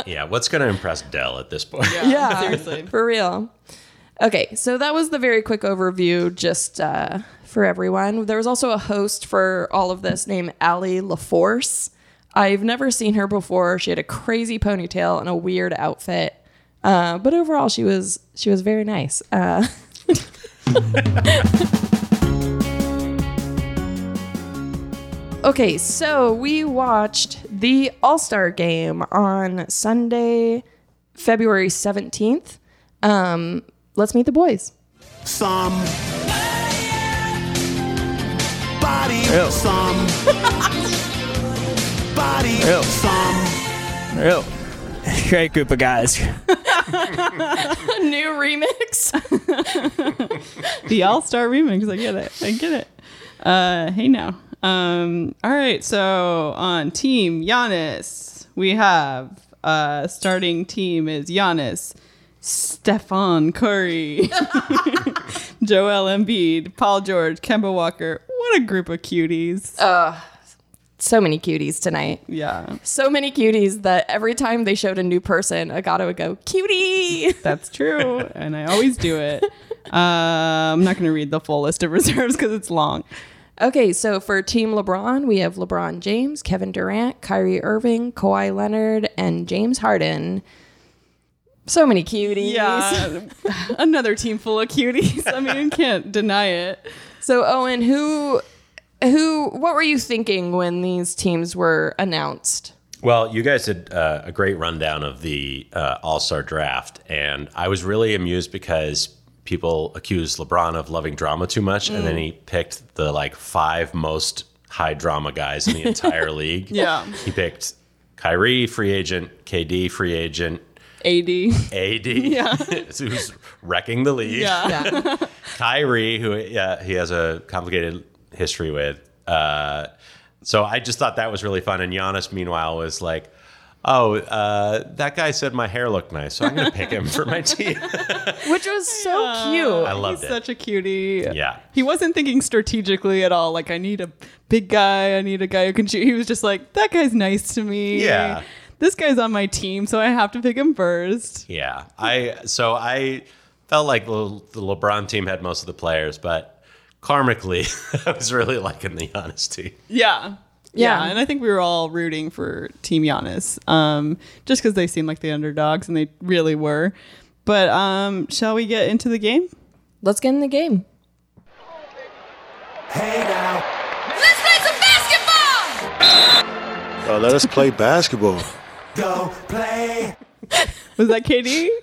C: yeah, what's going to impress Dell at this point?
A: yeah,
B: seriously.
A: for real. Okay, so that was the very quick overview just uh, for everyone. There was also a host for all of this named Allie LaForce. I've never seen her before. She had a crazy ponytail and a weird outfit, uh, but overall, she was she was very nice. Uh, Okay, so we watched the All Star game on Sunday, February 17th. Um, let's meet the boys.
I: some body some body some
J: Oh, great group of guys.
A: New remix.
B: the All Star remix. I get it. I get it. Uh, hey now. Um, all right. So on Team Giannis, we have uh, starting team is Giannis, Stefan Curry, Joel Embiid, Paul George, Kemba Walker. What a group of cuties.
A: so many cuties tonight.
B: yeah,
A: So many cuties that every time they showed a new person, I gotta go, cutie.
B: that's true. and I always do it. Uh, I'm not going to read the full list of reserves because it's long.
A: Okay, so for Team LeBron, we have LeBron James, Kevin Durant, Kyrie Irving, Kawhi Leonard, and James Harden. So many cuties.
B: Yeah, another team full of cuties. I mean, can't deny it.
A: So Owen, who who what were you thinking when these teams were announced?
C: Well, you guys did uh, a great rundown of the uh, All Star draft, and I was really amused because people accused LeBron of loving drama too much, and
B: Mm.
C: then he picked the like five most high drama guys in the entire league.
B: Yeah.
C: he picked Kyrie, free agent, KD, free agent,
B: AD.
C: AD,
B: Yeah.
C: who's wrecking the league.
B: Yeah.
A: Yeah.
C: Kyrie, who yeah, he has a complicated history with. Uh, so I just thought that was really fun. And Giannis, meanwhile, was like, "Oh, uh, that guy said my hair looked nice, so I'm going to pick him for my team."
A: Which was so cute.
C: I loved
B: He's
C: it.
B: such a cutie.
C: Yeah.
B: He wasn't thinking strategically at all. Like, I need a big guy. I need a guy who can shoot. He was just like, that guy's nice to me.
C: Yeah.
B: This guy's on my team, so I have to pick him first.
C: yeah, I so I felt like the, the LeBron team had most of the players, but karmically, I was really liking the Giannis team.
B: Yeah.
A: Yeah.
B: And I think we were all rooting for Team Giannis um, just because they seemed like the underdogs and they really were. But um, shall we get into the game?
A: Let's get in the game.
H: Let's play some basketball!
F: Uh, let us play basketball.
I: Go play.
B: Was that Katie?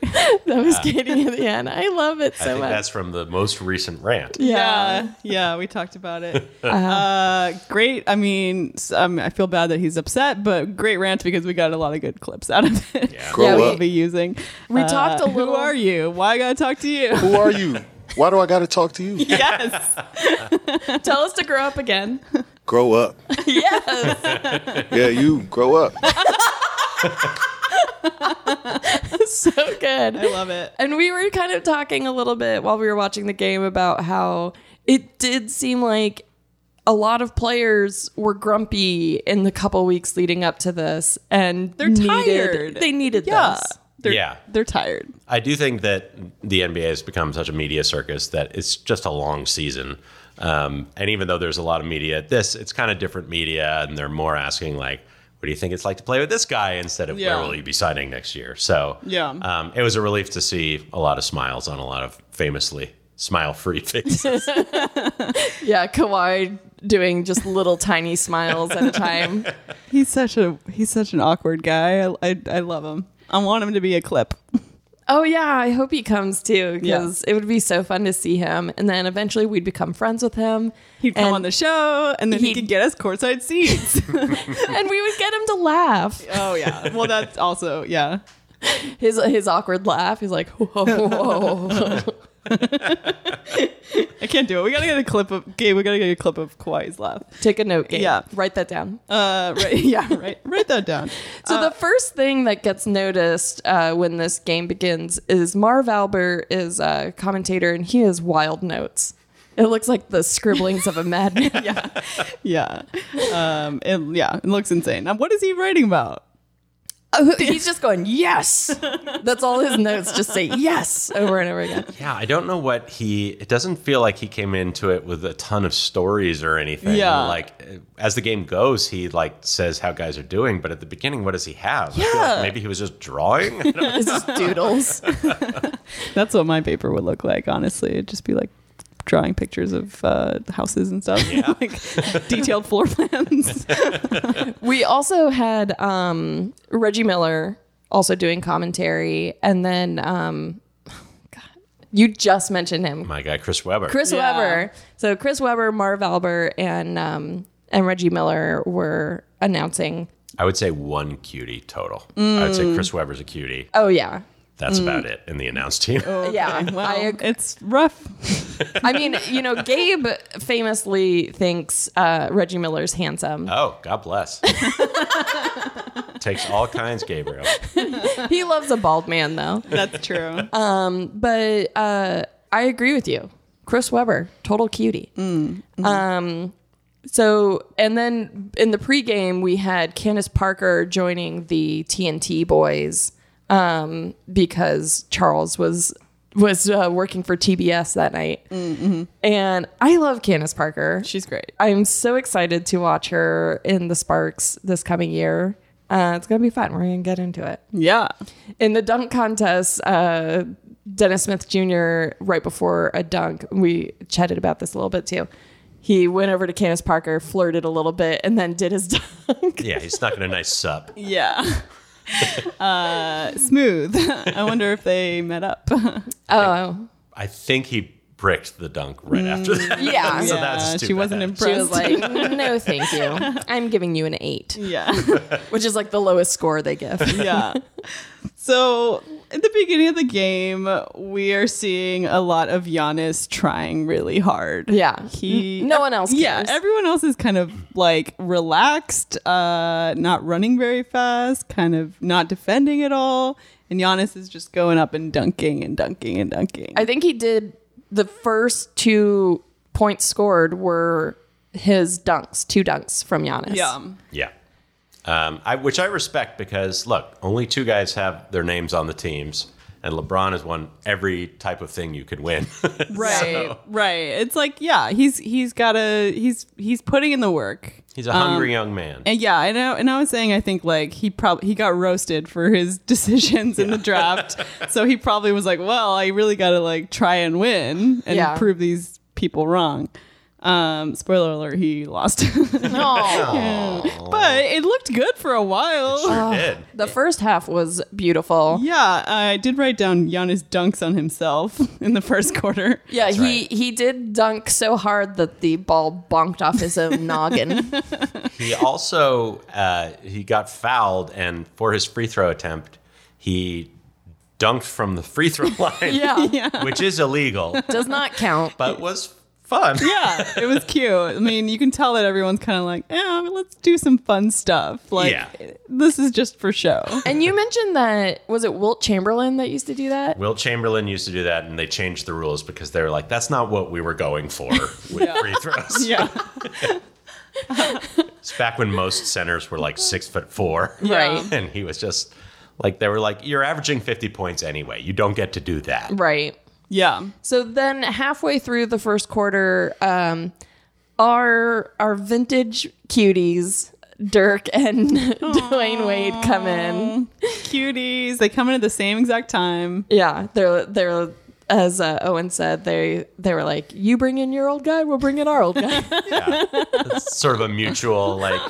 A: That was Katie at the end. I love it
C: I
A: so
C: think
A: much.
C: that's from the most recent rant.
A: yeah.
B: yeah, yeah, we talked about it.
A: Uh-huh.
B: Uh, great. I mean, s- um, I feel bad that he's upset, but great rant because we got a lot of good clips out of it. Yeah,
F: Grow
A: Yeah, we-
B: we'll
F: up.
B: be using.
A: We talked a little-
B: Uh, Who are you? Why I gotta talk to you?
F: Who are you? Why do I got to talk to you?
B: yes.
A: Tell us to grow up again.
F: Grow up.
A: yes.
F: Yeah, you grow up.
A: so good.
B: I love it.
A: And we were kind of talking a little bit while we were watching the game about how it did seem like a lot of players were grumpy in the couple weeks leading up to this and
B: They're
A: needed-
B: tired.
A: They needed
B: Yeah.
A: this.
B: They're,
C: Yeah.
B: They're tired.
C: I do think that the NBA has become such a media circus that it's just a long season. Um, and even though there's a lot of media at this, it's kind of different media, and they're more asking like, "What do you think it's like to play with this guy?" Instead of
B: Yeah.
C: "Where will you be signing next year?" So
B: Yeah.
C: um, it was a relief to see a lot of smiles on a lot of famously smile-free faces.
A: Yeah, Kawhi doing just little tiny smiles at a time.
B: He's such a he's such an awkward guy. I, I, I love him. I want him to be a clip.
A: Oh yeah, I hope he comes too because
B: Yeah.
A: it would be so fun to see him. And then eventually we'd become friends with him.
B: He'd come
A: and,
B: on the show, and then he
A: He'd-
B: could get us courtside seats.
A: and we would get him to laugh.
B: oh yeah. Well, that's also yeah.
A: His his awkward laugh. He's like, whoa.
B: I can't do it. We gotta get a clip of Gabe. We gotta get a clip of Kawhi's laugh.
A: Take a note, Gabe.
B: Yeah.
A: Write that down.
B: Uh, right, yeah, right. Write that down.
A: So the first thing that gets noticed uh, when this game begins is Marv Albert is a commentator and he has wild notes. It looks like the scribblings of a madman. yeah.
B: Yeah, um, it, yeah, it looks insane. Now, what is he writing about?
A: he's just going, yes. That's all his notes just say yes over and over again.
C: yeah, I don't know what he. It doesn't feel like he came into it with a ton of stories or anything.
B: Yeah.
C: like uh, as the game goes, he like says how guys are doing, but at the beginning, what does he have? I feel like
A: Yeah.
C: maybe he was just drawing. Oh I don't know.
A: It's just doodles.
B: That's what my paper would look like, honestly. It'd just be like drawing pictures of uh, houses and stuff, like detailed floor plans.
A: We also had um, Reggie Miller also doing commentary. And then, um, God, you just mentioned him.
C: My guy, Chris Webber.
A: Chris
B: Yeah.
A: Webber. So Chris Webber, Marv Albert, and um, and Reggie Miller were announcing.
C: I would say one cutie total. I would
B: Mm.
C: say Chris Webber's a cutie.
A: Oh yeah,
C: That's about it in the announced team.
B: Oh.
A: yeah.
B: Well,
A: I ag-
B: it's rough.
A: I mean, you know, Gabe famously thinks uh, Reggie Miller's handsome.
C: Oh, God bless. Takes all kinds, Gabriel.
A: He loves a bald man though.
B: That's true.
A: But uh, I agree with you, Chris Webber, total cutie.
B: Mm, mm-hmm.
A: Um. So, and then in the pregame, we had Candace Parker joining the TNT boys um, because Charles was was uh, working for TBS that night. And I love Candace Parker.
B: Mm-hmm. She's great.
A: I'm so excited to watch her in the Sparks this coming year. Uh, it's gonna be fun. We're gonna get into it
B: Yeah,
A: in the dunk contest. Uh, Dennis Smith Jr. right before a dunk, we chatted about this a little bit too. He went over to Candace Parker, flirted a little bit, and then did his dunk.
C: Yeah, he's not going to nice sup.
B: yeah. uh, smooth. I wonder if they met up.
A: Oh,
C: I think he bricked the dunk right after that.
A: Yeah.
B: Mm.
C: so
B: Yeah,
C: that's too
B: Uh, she wasn't
C: bad.
A: She was
B: impressed.
A: like, no, thank you. I'm giving you an eight,
B: yeah.
A: which is like the lowest score they give.
B: yeah. So at the beginning of the game, we are seeing a lot of Giannis trying really hard.
A: Yeah.
B: He
A: N- no one else
B: Yeah.
A: cares.
B: Everyone else is kind of like relaxed, uh, not running very fast, kind of not defending at all. And Giannis is just going up and dunking and dunking and dunking.
A: I think he did the first two points scored were his dunks, two dunks from Giannis.
B: yeah.
C: Yeah. Um, I, which I respect because, look, only two guys have their names on the teams, and LeBron has won every type of thing you could win.
B: Right. Right. It's like, yeah, he's he's gotta he's he's putting in the work.
C: He's a hungry young man.
B: Um, And yeah, I know. And I was saying, I think like he probably he got roasted for his decisions in the draft, so he probably was like, "Well, I really got to like try and win and
A: Yeah.
B: prove these people wrong." Um, spoiler alert: he lost, but it looked good for a while.
C: sure did.
A: The first half was beautiful.
B: yeah, I did write down Giannis dunks on himself in the first quarter.
A: Yeah, he
C: right.
A: he did dunk so hard that the ball bonked off his own noggin.
C: He also uh, he got fouled, and for his free throw attempt, he dunked from the free throw line,
A: Yeah.
C: which is illegal,
A: Does not count.
C: but was fun.
B: yeah, it was cute. I mean, you can tell that everyone's kind of like, "Yeah, let's do some fun stuff." Like,
C: Yeah.
B: this is just for show.
A: And you mentioned that was it Wilt Chamberlain that used to do that?
C: Will Chamberlain used to do that, and they changed the rules because they were like, "That's not what we were going for with free throws."
B: Yeah.
C: It's back when most centers were like six foot four,
A: Right.
C: and he was just like, they were like, "You're averaging fifty points anyway. You don't get to do that."
A: Right.
B: Yeah.
A: So then, halfway through the first quarter, um, our our vintage cuties, Dirk and Dwayne Wade, come in.
B: Cuties. They come in at the same exact time.
A: Yeah, they're they're as uh, Owen said, they they were like, "You bring in your old guy, we'll bring in our old guy."
C: It's sort of a mutual like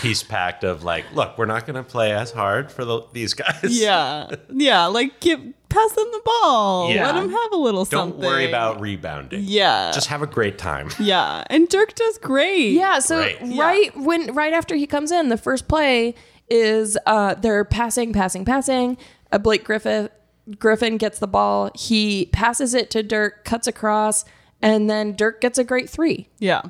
C: peace pact of like, "Look, we're not going to play as hard for the, these guys.
B: Yeah. Yeah. Like, give, pass them the ball.
C: Yeah.
B: Let them have a little
C: don't
B: something.
C: worry about rebounding.
B: Yeah.
C: just have a great time."
B: yeah. And Dirk does great.
A: yeah. So
C: Great.
A: right when right after he comes in, the first play is uh, they're passing, passing, passing. Uh, Blake Griffith Griffin gets the ball. He passes it to Dirk, cuts across, and then Dirk gets a great three.
B: Yeah.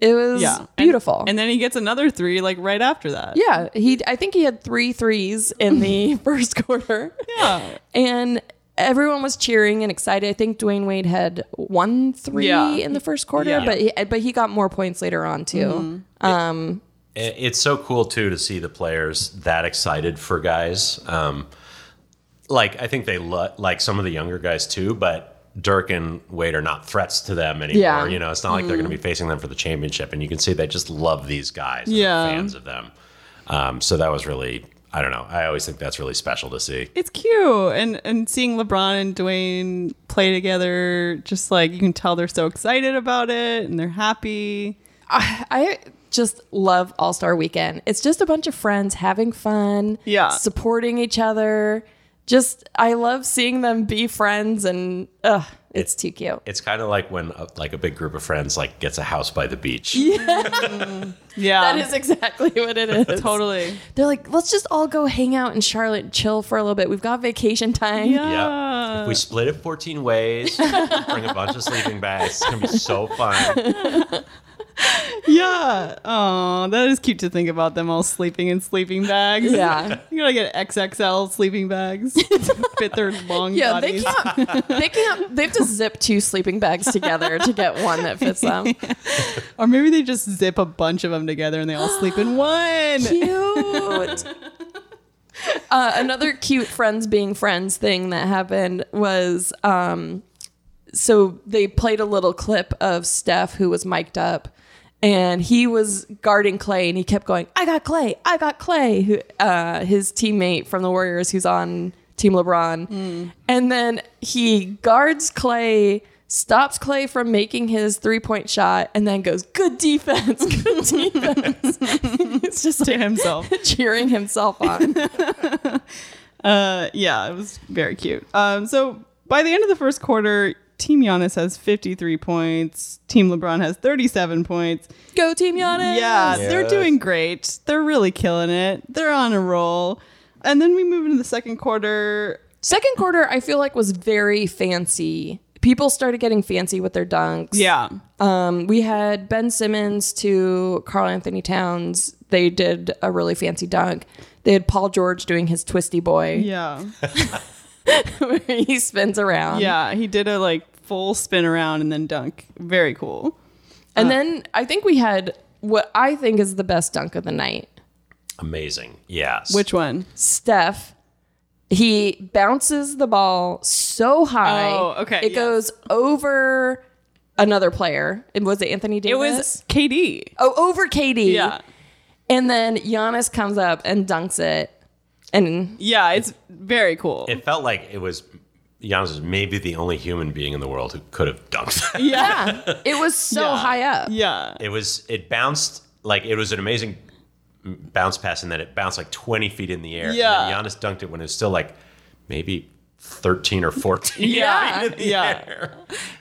A: It was
B: Yeah. And-
A: beautiful.
B: And, then he gets another three, like right after that.
A: yeah, he I think he had three threes in the first quarter.
B: Yeah.
A: And everyone was cheering and excited. I think Dwayne Wade had one three
B: Yeah.
A: in the first quarter,
B: Yeah. Mm-hmm.
A: but he, but he got more points later on too.
C: It- It's so cool too to see the players that excited for guys. Um, like I think they lo- like some of the younger guys too, but Dirk and Wade are not threats to them anymore.
A: Yeah.
C: You know, it's not like they're going to be facing them for the championship, and you can see they just love these guys. and they're
B: Yeah.
C: fans of them. Um, so that was really, I don't know. I always think that's really special to see.
B: It's cute. And and seeing LeBron and Dwayne play together, just like you can tell they're so excited about it and they're happy.
A: I just love All Star Weekend. It's just a bunch of friends having fun,
B: Yeah.
A: supporting each other. Just I love seeing them be friends, and ugh, it's too cute.
C: It's kind of like when a, like a big group of friends like gets a house by the beach.
B: Yeah.
A: That is exactly what it is.
B: totally.
A: They're like, let's just all go hang out in Charlotte and chill for a little bit. We've got vacation time.
C: Yeah. If we split it 14 ways, bring a bunch of sleeping bags. It's going to be so fun.
B: Yeah. Oh, that is cute to think about them all sleeping in sleeping bags.
A: Yeah.
B: You gotta get XXL sleeping bags. Fit their long
A: Yeah, they
B: bodies.
A: can't. They can't. They have to zip two sleeping bags together to get one that fits them.
B: Or maybe they just zip a bunch of them together and they all sleep in one.
A: Cute. Uh, another cute friends being friends thing that happened was um, so they played a little clip of Steph who was mic'd up, and he was guarding Clay, and he kept going, "I got Clay, I got Clay." Who uh, his teammate from the Warriors, who's on Team LeBron, and then he guards Clay. Stops Clay from making his three point shot and then goes, Good defense, good defense. it's just
B: To
A: like,
B: himself.
A: cheering himself on.
B: Uh, yeah, it was very cute. Um, so by the end of the first quarter, Team Giannis has 53 points. Team LeBron has 37 points.
A: Go Team Giannis!
B: Yeah, they're doing great. They're really killing it. They're on a roll. And then we move into the second quarter.
A: Second quarter, I feel like was very fancy. People started getting fancy with their dunks.
B: Yeah.
A: Um, we had Ben Simmons to Carl Anthony Towns. They did a really fancy dunk. They had Paul George doing his twisty boy,
B: Yeah.
A: where he spins around.
B: Yeah, he did a like full spin around and then dunk. Very cool.
A: And then I think we had what I think is the best dunk of the night.
C: Amazing. Yes.
B: Which one?
A: Steph, he bounces the ball so high.
B: Oh, okay,
A: It
B: yes.
A: goes over another player. It was it Anthony Davis.
B: It was KD.
A: oh over KD.
B: Yeah.
A: And then Giannis comes up and dunks it. And
B: Yeah, it's very cool.
C: It felt like it was Giannis was maybe the only human being in the world who could have dunked that.
A: yeah, it was so
B: Yeah.
A: high up.
B: yeah.
C: It was it bounced like it was an amazing bounce pass, and then it bounced like twenty feet in the air.
B: Yeah.
C: and then Giannis dunked it when it was still like maybe thirteen or fourteen.
B: Yeah. Uh,
C: in the
B: Yeah.
C: air.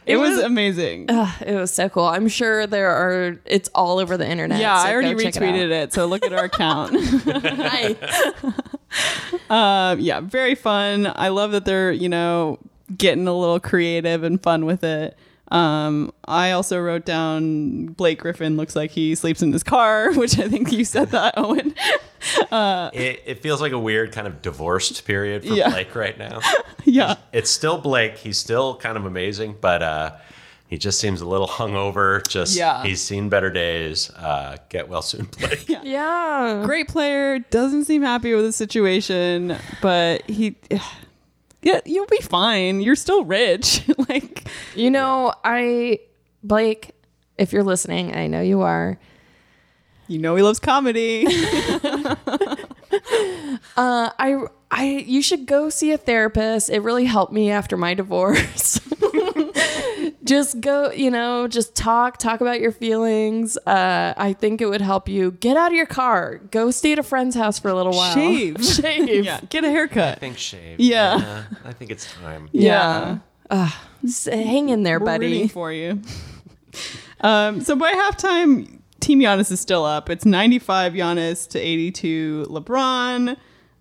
B: It, was, amazing.
A: It was so cool. I'm sure there are it's all over the internet.
B: yeah,
A: so
B: I already
A: go check
B: retweeted it,
A: it.
B: so look at our account.
A: out. Nice.
B: um, yeah, very fun. I love that they're, you know, getting a little creative and fun with it. Um, I also wrote down Blake Griffin looks like he sleeps in his car, which I think you said that, Owen.
C: It, it feels like a weird kind of divorced period for
B: Yeah.
C: Blake right now.
B: yeah.
C: It's still Blake. He's still kind of amazing, but uh, he just seems a little hungover. Just
B: Yeah.
C: he's seen better days. Uh, get well soon, Blake.
A: yeah.
B: great player doesn't seem happy with the situation but he yeah you'll be fine you're still rich like
A: You know, I Blake, if you're listening, I know you are.
B: you know he loves comedy
A: I I you should go see a therapist. It really helped me after my divorce. just go, you know, just talk, talk about your feelings. Uh, I think it would help you get out of your car, go stay at a friend's house for a little while,
B: Shave.
A: shave.
B: yeah get a haircut
C: think shave.
B: Yeah.
C: I think it's time.
B: yeah,
A: S- hang in there,
B: We're rooting
A: buddy.
B: for you um so by halftime team Giannis is still up it's 95 Giannis to 82 LeBron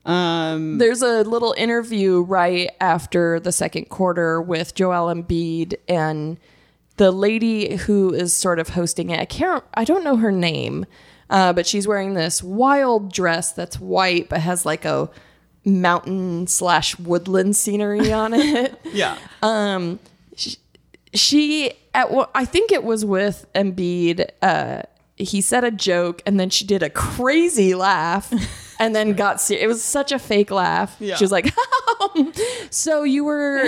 B: um
A: There's a little interview right after the second quarter with Joel Embiid and the lady who is sort of hosting it. I can't, I don't know her name, uh, but she's wearing this wild dress that's white but has like a mountain slash woodland scenery on it.
B: yeah
A: she at one- I think it was with Embiid. Uh, he said a joke and then she did a crazy laugh and then got serious. It was such a fake laugh.
B: Yeah.
A: She was like, um, "So you were,"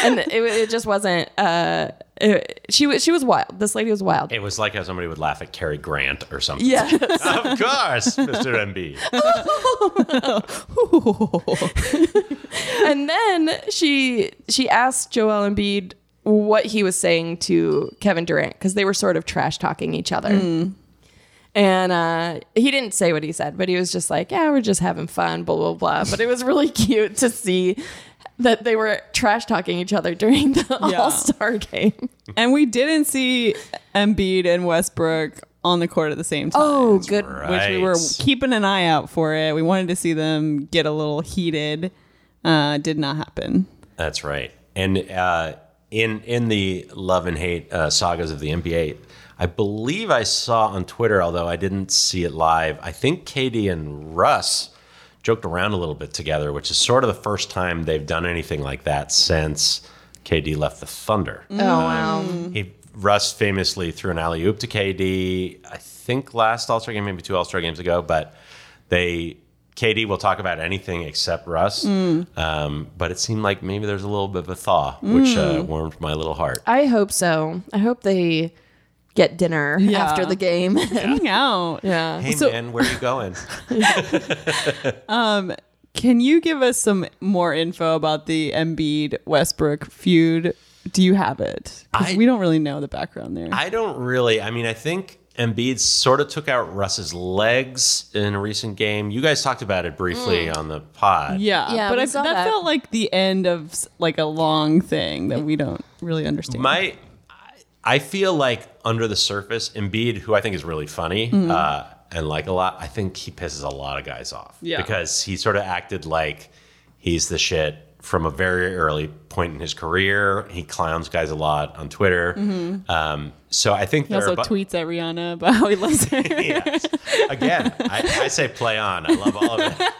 A: and it, it just wasn't. Uh, it, she was she was wild. This lady was wild.
C: It was like how somebody would laugh at Cary Grant or something.
A: yeah,
C: of course, Mr. MB.
A: and then she she asked Joel Embiid what he was saying to Kevin Durant because they were sort of trash talking each other. And uh, he didn't say what he said, but he was just like, "Yeah, we're just having fun, blah blah blah." But it was really cute to see that they were trash talking each other during the
B: Yeah.
A: All Star game.
B: and we didn't see Embiid and Westbrook on the court at the same time
A: Oh, good.
B: which we were
C: Right.
B: keeping an eye out for it. We wanted to see them get a little heated. Uh, did not happen.
C: That's right. And uh, in in the love and hate uh, sagas of the NBA, I believe I saw on Twitter, although I didn't see it live. I think KD and Russ joked around a little bit together, which is sort of the first time they've done anything like that since KD left the Thunder. Um,
A: Oh wow.
C: He Russ famously threw an alley oop to KD. I think last All Star game, maybe two All Star games ago, but they KD will talk about anything except Russ.
A: Mm.
C: Um, but it seemed like maybe there's a little bit of a thaw, which uh, warmed my little heart.
A: I hope so. I hope they get dinner after the game.
B: Hang out.
A: yeah.
C: Hey man, where are you going?
B: Can you give us some more info about the Embiid Westbrook feud? Do you have it? 'Cause
C: I-
B: we don't really know the background there.
C: I don't really. I mean, I think Embiid sort of took out Russ's legs in a recent game. You guys talked about it briefly on the pod.
B: Yeah,
K: Yeah,
B: but
K: we
B: I,
K: saw
B: that,
K: that.
B: felt like the end of s- like a long thing that we don't really understand.
C: My, I feel like under the surface, Embiid, who I think is really funny
B: Mhm.
C: uh, and like a lot, I think he pisses a lot of guys off.
B: Yeah.
C: Because he sort of acted like he's the shit from a very early point in his career. He clowns guys a lot on Twitter.
B: Mhm.
C: Um, so I think
B: he
C: there are
B: also
C: a bu-
B: tweets at Rihanna about how he loves her.
C: again. I, I say play on. I love all of it.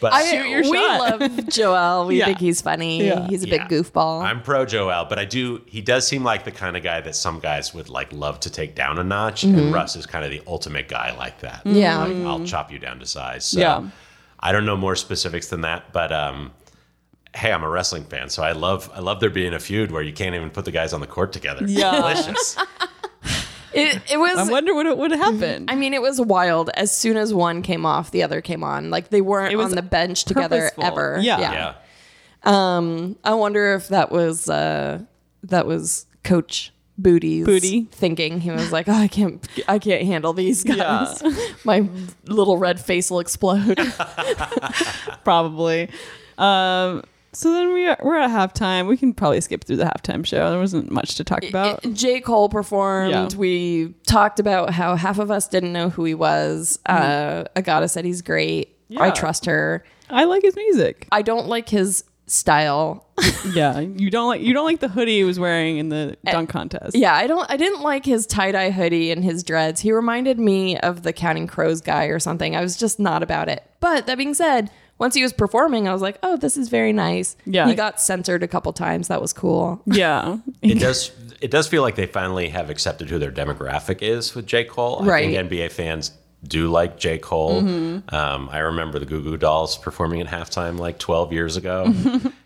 C: But
A: I- we love Joel. We
C: Yeah.
A: think he's funny.
C: Yeah.
A: He's a
C: Yeah.
A: big goofball.
C: I'm pro Joel, but I do. He does seem like the kind of guy that some guys would like love to take down a notch,
A: Mhm.
C: and Russ is kind of the ultimate guy like that.
A: Yeah.
C: Like, I'll chop you down to size. So
B: Yeah.
C: I don't know more specifics than that, but um, hey, I'm a wrestling fan, so I love I love there being a feud where you can't even put the guys on the court together. Delicious.
A: It, it was.
B: I wonder what it would happen.
A: I mean, it was wild. As soon as one came off, the other came on. Like they weren't
B: was
A: on the bench together
B: purposeful.
A: ever.
B: Yeah.
A: Um, I wonder if that was uh, that was Coach Booty's
B: Booty.
A: thinking. He was like, oh, I can't, I can't handle these guys. My little red face will explode.
B: probably. Um, so then we are, we're at halftime. We can probably skip through the halftime show. There wasn't much to talk about.
A: J. Cole performed.
B: Yeah.
A: We talked about how half of us didn't know who he was. Uh, Agata said he's great. I
B: Mm-hmm. Yeah.
A: trust her.
B: I like his music.
A: I don't like his style.
B: yeah, you don't like you don't like the hoodie he was wearing in the dunk contest.
A: Yeah, I don't. I didn't like his tie dye hoodie and his dreads. He reminded me of the Counting Crows guy or something. I was just not about it. But that being said, once he was performing, I was like, oh, this is very nice.
B: Yeah.
A: he got censored a couple times. That was cool.
B: yeah.
C: It does. It does feel like they finally have accepted who their demographic is with J. Cole.
A: Right.
C: I think NBA fans do like J. Cole.
A: Mhm.
C: Um, I remember the Goo Goo Dolls performing at halftime like 12 years ago,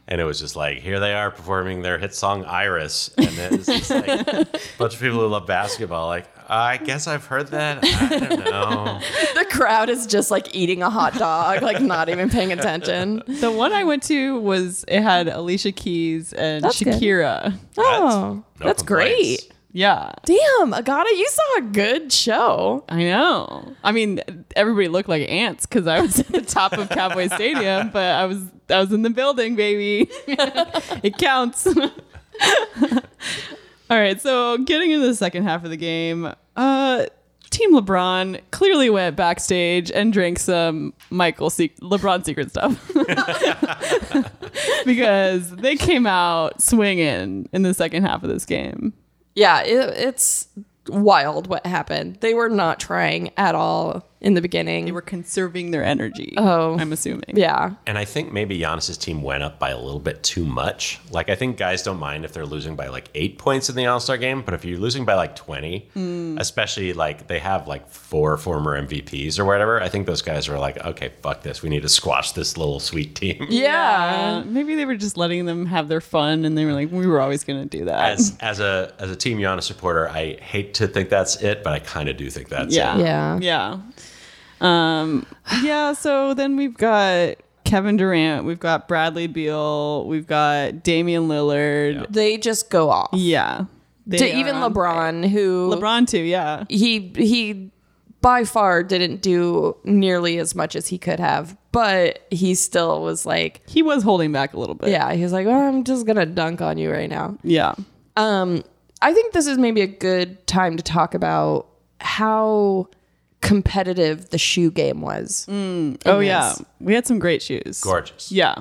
C: and it was just like here they are performing their hit song "Iris," and then it's just like a bunch of people who love basketball. Like, I guess I've heard that. I don't know.
A: the crowd is just like eating a hot dog, like not even paying attention.
B: The one I went to was it had Alicia Keys and
A: That's good.
B: Shakira.
A: Oh,
C: no
A: that's
C: complaints.
A: great.
B: Yeah,
A: Damn, Agata, you saw a good show.
B: I know. I mean, everybody looked like ants because I was at the top of Cowboy Stadium, but I was I was in the building, baby. it counts. All right, so getting into the second half of the game, uh, Team LeBron clearly went backstage and drank some Michael Se- LeBron secret stuff because they came out swinging in the second half of this game.
A: Yeah, it, it's wild what happened. They were not trying at all in the beginning. They
B: were conserving their energy.
A: Oh,
B: I'm assuming.
A: yeah.
C: And I think maybe Giannis's team went up by a little bit too much. Like I think guys don't mind if they're losing by like eight points in the All Star game, but if you're losing by like twenty,
B: Mm.
C: especially like they have like four former MVPs or whatever, I think those guys were like, okay, fuck this, we need to squash this little sweet team.
B: Yeah. Uh, Maybe they were just letting them have their fun and they were like, we were always going to do that.
C: As as a as a team Giannis supporter, I hate to think that's it, but I kind of do think that's
B: yeah.
C: it.
B: Yeah. Um, yeah. So then we've got Kevin Durant, we've got Bradley Beal, we've got Damian Lillard.
A: They just go off.
B: Yeah. They
A: to even
B: are on-
A: LeBron, who
B: LeBron too, yeah.
A: he he by far didn't do nearly as much as he could have, but he still was like,
B: He was holding back a little bit.
A: yeah, he was like, oh, I'm just gonna dunk on you right now.
B: Yeah.
A: Um, I think this is maybe a good time to talk about how competitive the shoe game was.
B: Oh
A: in
B: yeah,
A: this.
B: we had some great shoes.
C: Gorgeous.
B: Yeah,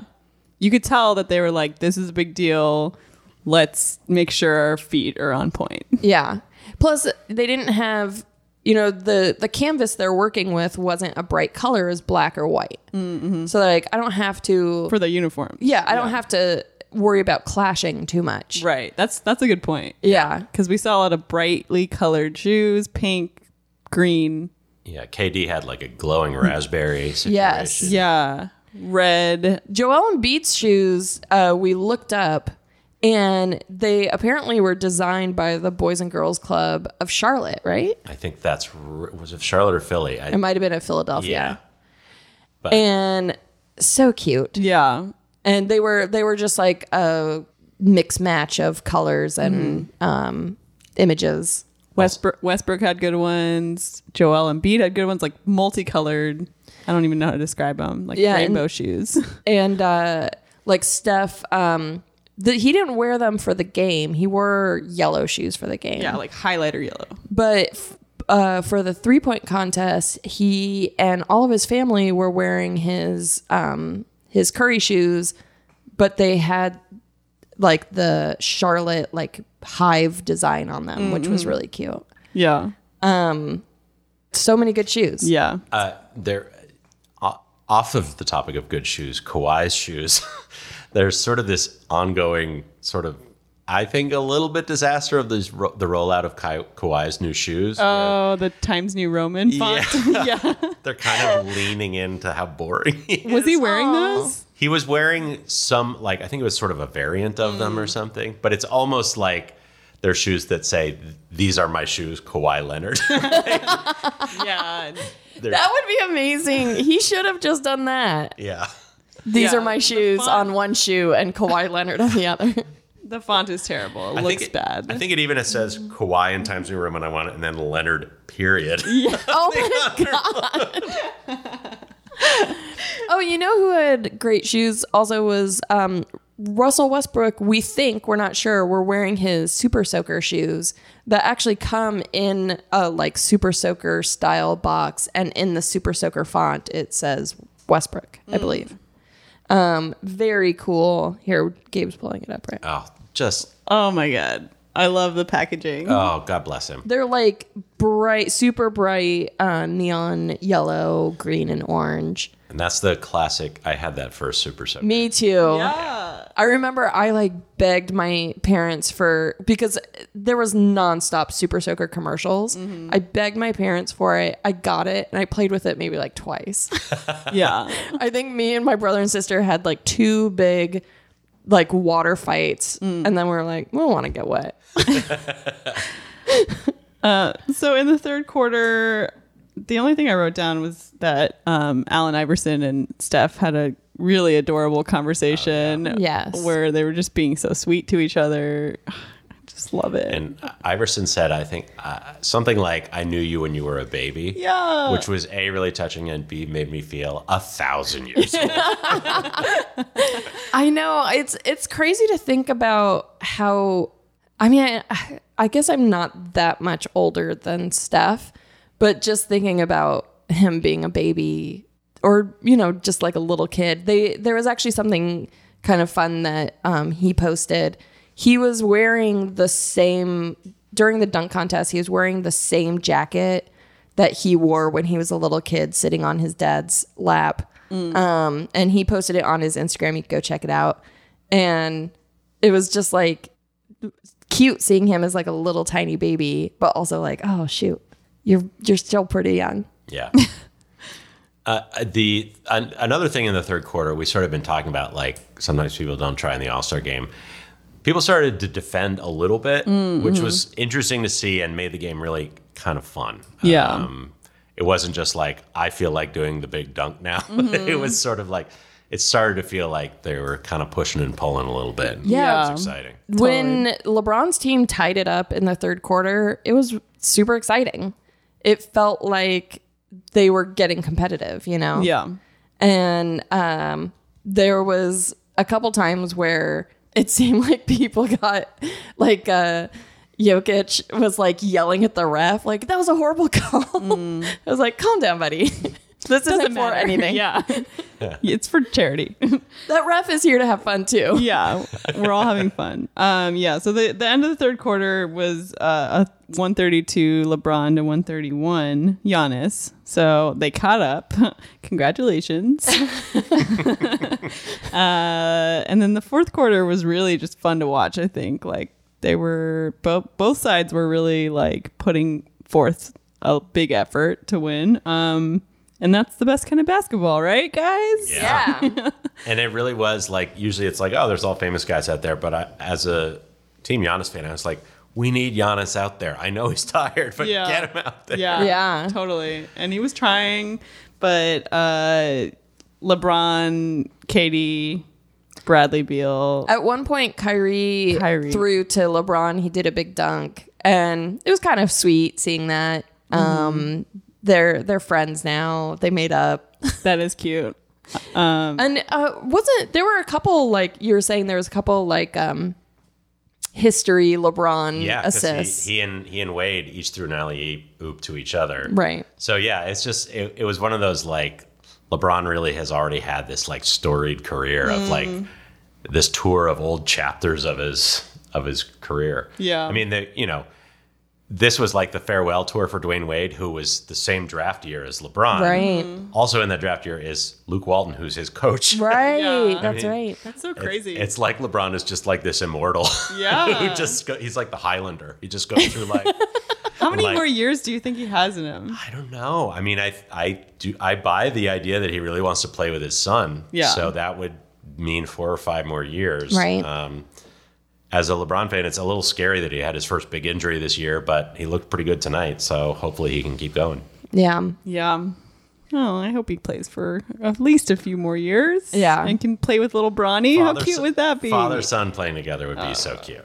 B: you could tell that they were like, "This is a big deal. Let's make sure our feet are on point."
A: Yeah. Plus, they didn't have, you know, the the canvas they're working with wasn't a bright color; it was black or white. Mm-hmm. So, like, I don't have to.
B: for the uniform.
A: yeah, I don't have to worry about clashing too much.
B: Right. That's that's a good point
A: Yeah.
B: because we saw a lot of brightly colored shoes, pink, green.
C: Yeah, KD had like a glowing raspberry situation.
A: Yes.
B: Yeah. Red.
A: Joel and Beats shoes, uh, we looked up, and they apparently were designed by the Boys and Girls Club of Charlotte. Right?
C: I think that's r- was it Charlotte or Philly? I,
A: It might have been in Philadelphia.
C: yeah. But
A: and so cute.
B: Yeah.
A: And they were they were just like
B: Mm-hmm.
A: a mix match of colors and um, images.
B: Westbrook, Westbrook had good ones. Joel Embiid had good ones, like multicolored. I don't even know how to describe them, like
A: Yeah, and-
B: rainbow shoes.
A: and uh, like Steph, um, the, he didn't wear them for the game. He wore yellow shoes for the game.
B: yeah, like highlighter yellow.
A: but f- uh, for the three point contest, he and all of his family were wearing his um, his Curry shoes, but they had like the Charlotte like hive design on them, which was really cute.
B: Yeah,
A: So many good shoes.
B: yeah.
C: there uh, off of the topic of good shoes Kawhi's shoes there's sort of this ongoing sort of I think a little bit disaster of this ro- the rollout of Ka- Kawhi's new shoes where
B: oh, the Times New Roman font. Yeah.
C: they're kind of leaning into how boring he is.
B: Was he wearing those?
C: He was wearing some, like, I think it was sort of a variant of them or
B: Mm.
C: something, but it's almost like they're shoes that say, These are my shoes, Kawhi Leonard.
B: Yeah.
C: They're-
A: That would be amazing. He should have just done that.
C: yeah.
A: These
B: Yeah,
A: are my
B: the
A: shoes
B: font-
A: on one shoe and Kawhi Leonard on the other.
B: The font is terrible. It
C: I think
B: looks
C: it-
B: bad.
C: I think it even says Kawhi in Times New Roman, I want it, and then Leonard, period.
A: Oh my god. oh, you know who had great shoes also was um Russell Westbrook, we think, we're not sure, we're wearing his super soaker shoes that actually come in a like super soaker style box and in the super soaker font it says Westbrook, I believe. Um very cool. Here Gabe's pulling it up right.
C: Oh, just,
B: oh my god. I love the packaging.
C: oh, God bless him.
A: They're like bright, super bright uh, neon yellow, green and orange.
C: And that's the classic. I had that first Super Soaker.
A: Me too. I remember I like begged my parents for because there was nonstop Super Soaker commercials. I begged my parents for it. I got it and I played with it maybe like twice.
B: yeah.
A: I think me and my brother and sister had like two big like water fights and then we are like, we don't want to get wet.
B: So in the third quarter, the only thing I wrote down was that um, Alan Iverson and Steph had a really adorable conversation.
A: Oh, Yes.
B: Where they were just being so sweet to each other. I just love it.
C: And Iverson said, I think uh, something like, I knew you when you were a baby.
B: Yeah.
C: Which was A, really touching, and B, made me feel a thousand years old.
A: I know it's it's crazy to think about how I mean I, I guess I'm not that much older than Steph, but just thinking about him being a baby or you know just like a little kid. They there was actually something kind of fun that um, he posted. He was wearing the same during the dunk contest. He was wearing the same jacket that he wore when he was a little kid sitting on his dad's lap. Um, and he posted it on his Instagram. You can go check it out. And it was just like cute seeing him as like a little tiny baby, but also like, oh shoot, you're you're still pretty young.
C: Yeah. Uh, the an, another thing in the third quarter, we sort of been talking about like sometimes people don't try in the All Star game. People started to defend a little bit,
B: Mm, mm-hmm.
C: which was interesting to see and made the game really kind of fun.
B: Yeah.
C: um, it wasn't just like I feel like doing the big dunk now. it was sort of like it started to feel like they were kind of pushing and pulling a little bit.
A: Yeah.
C: it was exciting.
A: When LeBron's team tied it up in the third quarter, it was super exciting. It felt like they were getting competitive, you know?
B: yeah.
A: and um, there was a couple times where it seemed like people got like uh, Jokic was like yelling at the ref, like that was a horrible call. I was like, calm down, buddy. Mm. this isn't for anything.
B: Yeah. It's for charity.
A: That ref is here to have fun too.
B: yeah. We're all having fun. Um, yeah. So the, the end of the third quarter was uh, a 132 LeBron to 131 Giannis. So they caught up. Congratulations. uh, and then the fourth quarter was really just fun to watch, I think. Like they were both both sides were really like putting forth a big effort to win. Um, and that's the best kind of basketball, right, guys?
C: And it really was like usually it's like oh there's all famous guys out there, but I, as a team Giannis fan, I was like we need Giannis out there. I know he's tired, but
B: Yeah.
C: get him out there.
B: Yeah.
A: Yeah.
B: Totally. And he was trying, but uh LeBron, Katie, Bradley Beal.
A: Uh, At one point, Kyrie,
B: Kyrie.
A: threw to LeBron. He did a big dunk, and it was kind of sweet seeing that. Um, they're they're friends now. They made up.
B: That is cute. Um,
A: And uh, wasn't there were a couple like you were saying there was a couple like um history LeBron
C: Yeah, 'cause
A: assists.
C: He, he and he and Wade each threw an alley oop to each other.
A: Right.
C: So yeah, it's just it, it was one of those like LeBron really has already had this like storied career of like
B: Mm.
C: this tour of old chapters of his of his career.
B: Yeah.
C: I mean, the, you know, this was like the farewell tour for Dwayne Wade, who was the same draft year as LeBron.
A: Right.
C: Also in that draft year is Luke Walton, who's his coach.
A: Right.
B: Yeah.
A: That's
C: I mean-
A: right.
B: that's so crazy.
C: It's like LeBron is just like this immortal.
B: Yeah.
C: who just go, he's like the Highlander. He just goes through like
B: How many
C: like-
B: more years do you think he has in him?
C: I don't know. I mean, I I do I buy the idea that he really wants to play with his son.
B: Yeah.
C: So that would mean four or five more years.
A: Right.
C: Um, as a LeBron fan, it's a little scary that he had his first big injury this year, but he looked pretty good tonight. So hopefully he can keep going.
A: Yeah.
B: Yeah. Oh, I hope he plays for at least a few more years.
A: Yeah.
B: And can play with little Bronny. How cute
C: son-
B: would that be?
C: Father son playing together would be so cute.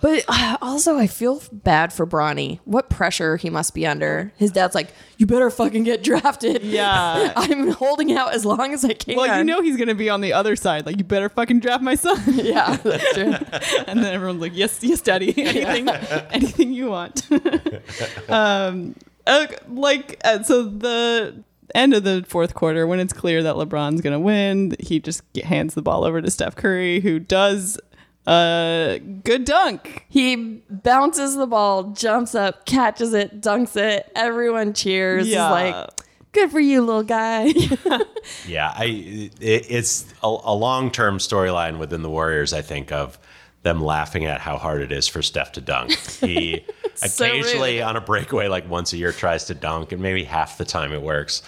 A: But uh, also, I feel bad for Bronny. What pressure he must be under. His dad's like, "You better fucking get drafted."
B: Yeah.
A: I'm holding out as long as I can.
B: Well, you know he's gonna be on the other side. Like, you better fucking draft my son.
A: yeah, that's true.
B: and then everyone's like, "Yes, yes, daddy, anything, anything you want." um, uh, like uh, so, the end of the fourth quarter, when it's clear that LeBron's gonna win, he just g- hands the ball over to Steph Curry, who does a good dunk.
A: He bounces the ball, jumps up, catches it, dunks it. Everyone cheers. Yeah.
B: Yeah.
A: like, good for you, little guy.
C: Yeah, I it, it's a, a long term storyline within the Warriors. I think of them laughing at how hard it is for Steph to dunk. He
A: so
C: occasionally
A: rude.
C: on a breakaway, like once a year, tries to dunk, and maybe half the time it works.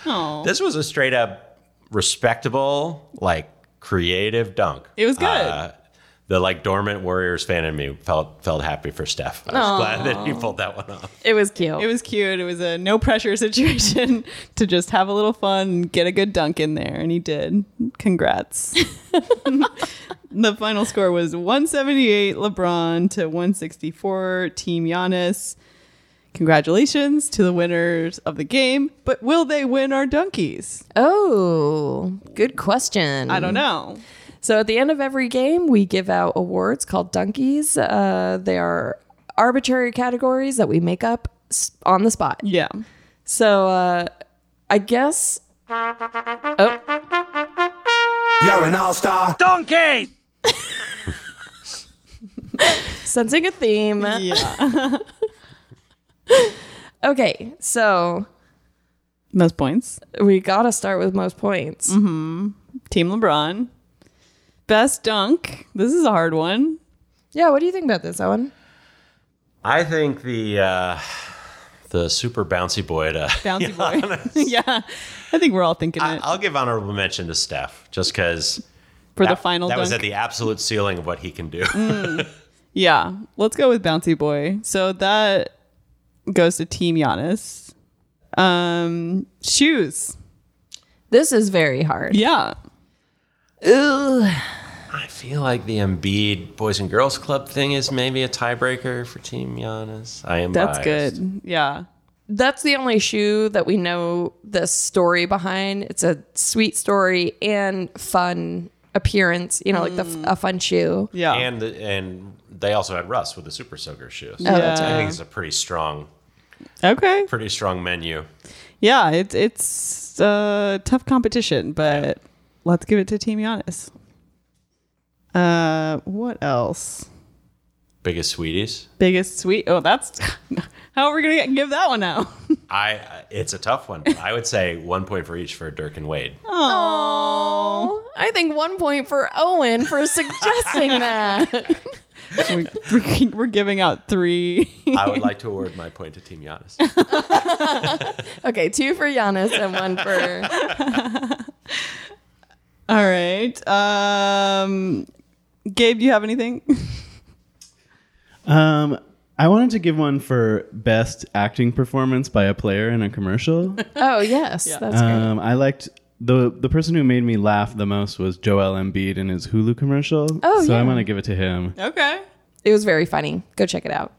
C: This was a straight up respectable, like creative dunk. Uh,
B: It was good.
C: the like dormant Warriors fan in me felt felt happy for Steph. I was glad that he pulled that one off.
A: it was cute.
B: It was cute. It was a no pressure situation to just have a little fun, and get a good dunk in there, and he did. Congrats. the final score was 178 LeBron to 164 Team Giannis. Congratulations to the winners of the game, but will they win our donkeys?
A: oh, good question.
B: I don't
C: Mm-hmm.
B: know.
A: So at the end of every game, we give out awards called Dunkies. Uh, they are arbitrary categories that we make up s- on the spot.
B: Yeah.
A: So uh, I guess
I: You're an all star.
A: sensing a theme.
B: Yeah.
A: Okay, so
B: Most points.
A: we gotta start with most points.
B: Mm-hmm. Team LeBron. Best dunk. This is a hard one.
A: Yeah, what do you think about this, Owen?
C: I think the uh, the super bouncy boy to
B: Bouncy boy. yeah. I think we're all thinking it.
C: I, will give honorable mention to Steph just because
B: for the final
C: That
B: dunk. Mm.
C: was at the absolute ceiling of what he can do.
B: yeah, let's go with Bouncy Boy. So that goes to Team Giannis. Um, shoes.
A: This is very hard.
B: Yeah,
A: Ugh.
C: I feel like the Embiid Boys and Girls Club thing is maybe a tiebreaker for Team Giannis. I am.
B: that's
C: biased.
B: good. Yeah,
A: That's the only shoe that we know the story behind. It's a sweet story and fun appearance, you know, like the, f- a fun shoe.
B: yeah.
C: And and they also had Russ with the Super Soaker shoes.
A: Oh, that's
C: I
B: Yeah.
C: think it's a pretty strong,
B: okay.
C: pretty strong menu.
B: Yeah, it's it's uh, tough competition, but let's give it to Team Giannis. Uh, what else?
C: Biggest sweeties.
B: Biggest sweet. Oh, that's how are we gonna give that one out?
C: I. It's a tough one. but I would say one point for each for Dirk and Wade.
A: Oh, I think one point for Owen for suggesting that.
B: we, we- we're giving out three.
C: I would like to award my point to Team Giannis.
A: Okay, two for Giannis and one for.
B: All right. Um, Gabe, do you have anything?
K: Um, I wanted to give one for best acting performance by a player in a commercial.
A: Oh yes, that's great.
K: Um, I liked the the person who made me laugh the most was Joel Embiid in his Hulu commercial.
A: Oh,
K: so
A: yeah.
K: I'm gonna give it to him.
B: Okay.
A: It was very funny. Go check it out.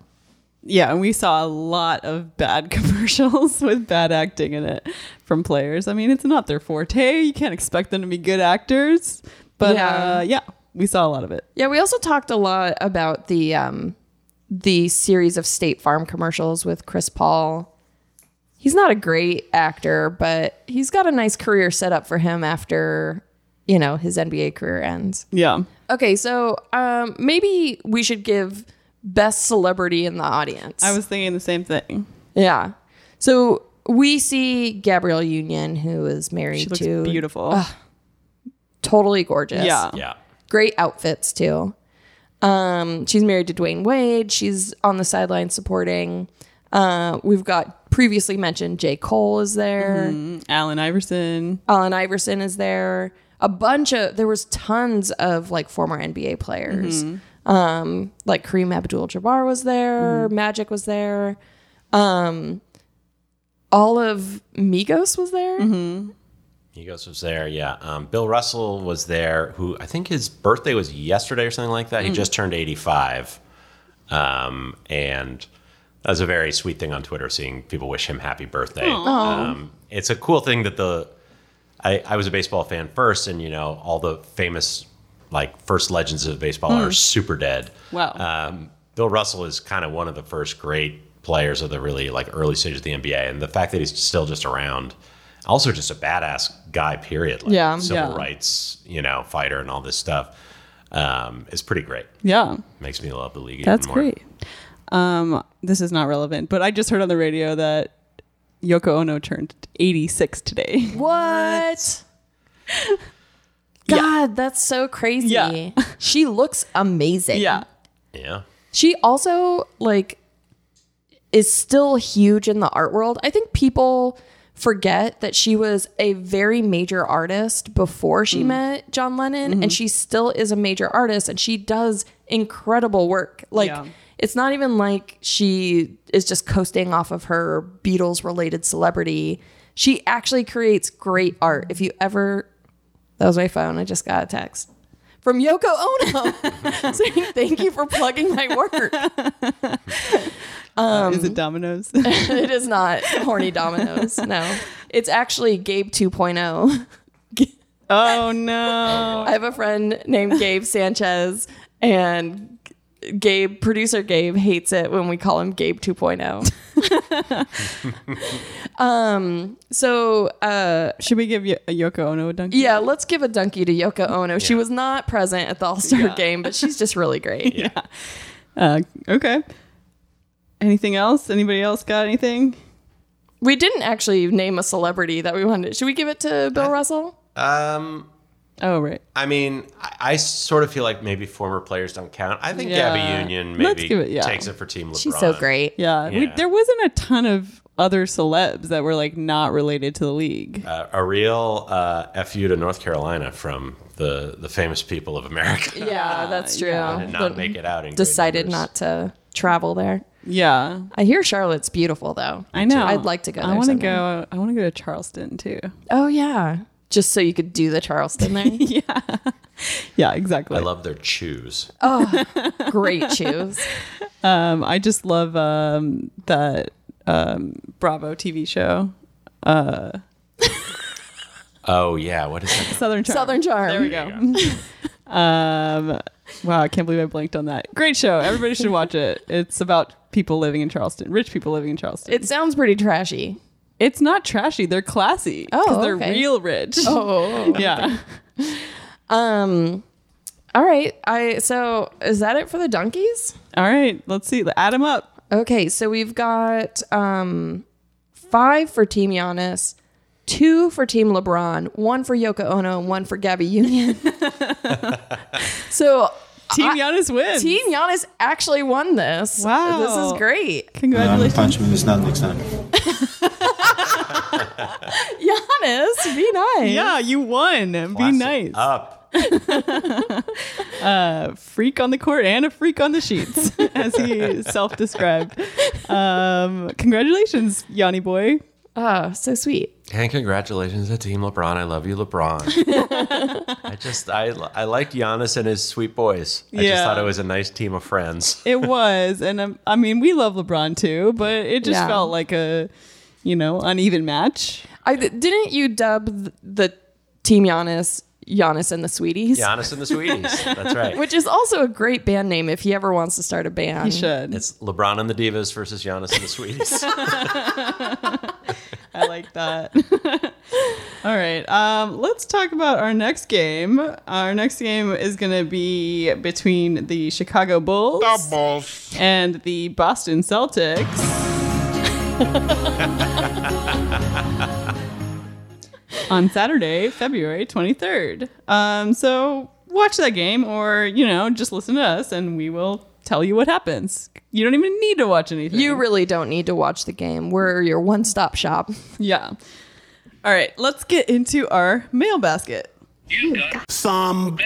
B: yeah, and we saw a lot of bad commercials with bad acting in it from players. I mean, it's not their forte. You can't expect them to be good actors, but
A: Yeah.
B: uh, yeah we saw a lot of it.
A: Yeah, we also talked a lot about the um, the series of State Farm commercials with Chris Paul. He's not a great actor, but he's got a nice career set up for him after you know his NBA career ends.
B: Yeah.
A: Okay, so um, maybe we should give best celebrity in the audience.
B: I was thinking the same thing.
A: yeah. So we see Gabrielle Union, who is married
B: She looks
A: to
B: beautiful.
A: Ugh, totally gorgeous.
B: Yeah.
C: Yeah.
A: great outfits too. Um, she's married to Dwayne Wade. She's on the sideline supporting. Uh, we've got previously mentioned J. Cole is there.
B: Alan Iverson.
A: Allen Iverson is there. A bunch of there was tons of like former NBA players. Um, like Kareem Abdul-Jabbar was there. Magic was there. Um, all of Migos was there.
C: Migos was there, yeah. Um, Bill Russell was there, who I think his birthday was yesterday or something like that. He just turned 85. Um, and that was a very sweet thing on Twitter, seeing people wish him happy birthday. Um, it's a cool thing that the. I, I was a baseball fan first, and you know, all the famous, like, first legends of baseball are super dead.
B: Wow.
C: Um, Bill Russell is kind of one of the first great players of the really like early stages of the NBA, and the fact that he's still just around, also just a badass guy. Period. Like,
A: Yeah,
C: civil
B: yeah.
C: rights, you know, fighter, and all this stuff um, is pretty great.
B: Yeah.
C: Makes me love the league.
B: That's
C: even more.
B: great. Um, this is not relevant, but I just heard on the radio that Yoko Ono turned 86 today.
A: What? God, that's so crazy.
B: Yeah.
A: she looks amazing.
B: yeah.
C: Yeah.
A: She also like is still huge in the art world. I think people forget that she was a very major artist before she met John Lennon and she still is a major artist and she does incredible work. Like
B: Yeah.
A: it's not even like she is just coasting off of her Beatles related celebrity. She actually creates great art. If you ever that was my phone. I just got a text from Yoko Ono saying, Thank you for plugging my work.
B: is it Domino's?
A: It is not horny dominoes. No, it's actually Gabe 2.0.
B: oh, no.
A: I have a friend named Gabe Sanchez, and Gabe, producer Gabe, hates it when we call him Gabe 2.0. um, so uh,
B: Should we give Yo- Yoko Ono a donkey?
A: yeah, let's give a donkey to Yoko Ono. She was not present at the All Star game, but she's just really great.
B: Uh, okay. Anything else? Anybody else got anything?
A: We didn't actually name a celebrity that we wanted. Should we give it to Bill Russell?
C: Um,
B: Oh, right.
C: I mean, I, I sort of feel like maybe former players don't count. I think
B: Yeah.
C: Gabby Union
B: Let's
C: maybe
B: give it- yeah.
C: takes it for Team LeBron.
B: Yeah. We,
C: Yeah.
B: there wasn't a ton of other celebs that were like not related to the league.
C: Uh, a real uh, fu to North Carolina from the the famous people of America.
A: Yeah, that's true. But
C: Did not make it out. In great
A: decided
C: numbers.
A: not to travel there.
B: Yeah.
A: I hear Charlotte's beautiful though.
B: I know.
A: I'd like to go. There
B: I want to
A: someday.
B: go. I want to go to Charleston too.
A: Oh yeah, just so you could do the Charleston there.
B: Yeah, exactly.
C: I love their chews.
A: Great shoes.
B: Um, I just love um, that um, Bravo TV show,
C: Oh yeah, what is that?
B: Southern Charm.
A: Southern Charm.
B: There we go. um, wow, I can't believe I blanked on that. Great show. Everybody should watch it. It's about people living in Charleston, rich people living in Charleston.
A: It sounds pretty trashy.
B: It's not trashy. They're classy. 'cause
A: Oh,
B: they're
A: okay.
B: real rich.
A: Oh.
B: yeah.
A: Um. All right. I so is that it for the donkeys?
B: All right. Let's see. Add them up.
A: Okay, so we've got um, five for Team Giannis, two for Team LeBron, one for Yoko Ono, and one for Gabby Union. so
B: Team
A: I-
B: Giannis wins.
A: Team Giannis actually won this.
B: Wow.
A: this is great,
B: Congratulations.
I: punch him in his nut next time.
A: Giannis. Be nice.
B: yeah, you won. Be
C: Class it
B: nice. Uh,
C: Up.
B: freak on the court and a freak on the sheets, as he self-described. Um, congratulations, Yanni boy.
A: Oh, so sweet.
C: And congratulations to Team LeBron. I love you, LeBron. I just I I liked Giannis and his sweet boys. I just
B: Yeah.
C: thought it was a nice team of friends.
B: It was, and um, I mean, we love LeBron too, but it just
A: Yeah.
B: felt like a, you know, uneven match.
A: I didn't you dub th- the team Giannis Giannis and the Sweeties,
C: Giannis and the Sweeties. That's right.
A: which is also a great band name if he ever wants to start a band.
B: He should.
C: it's LeBron and the Divas versus Giannis and the Sweeties.
B: I like that. All right, um, let's talk about our next game. Our next game is going to be between the Chicago Bulls and the Boston Celtics on Saturday, February 23rd. Um, so watch that game or, you know, just listen to us and we will tell you what happens. You don't even need to watch anything.
A: You really don't need to watch the game. We're your one-stop shop.
B: Yeah. All right, let's get into our mail basket.
I: Some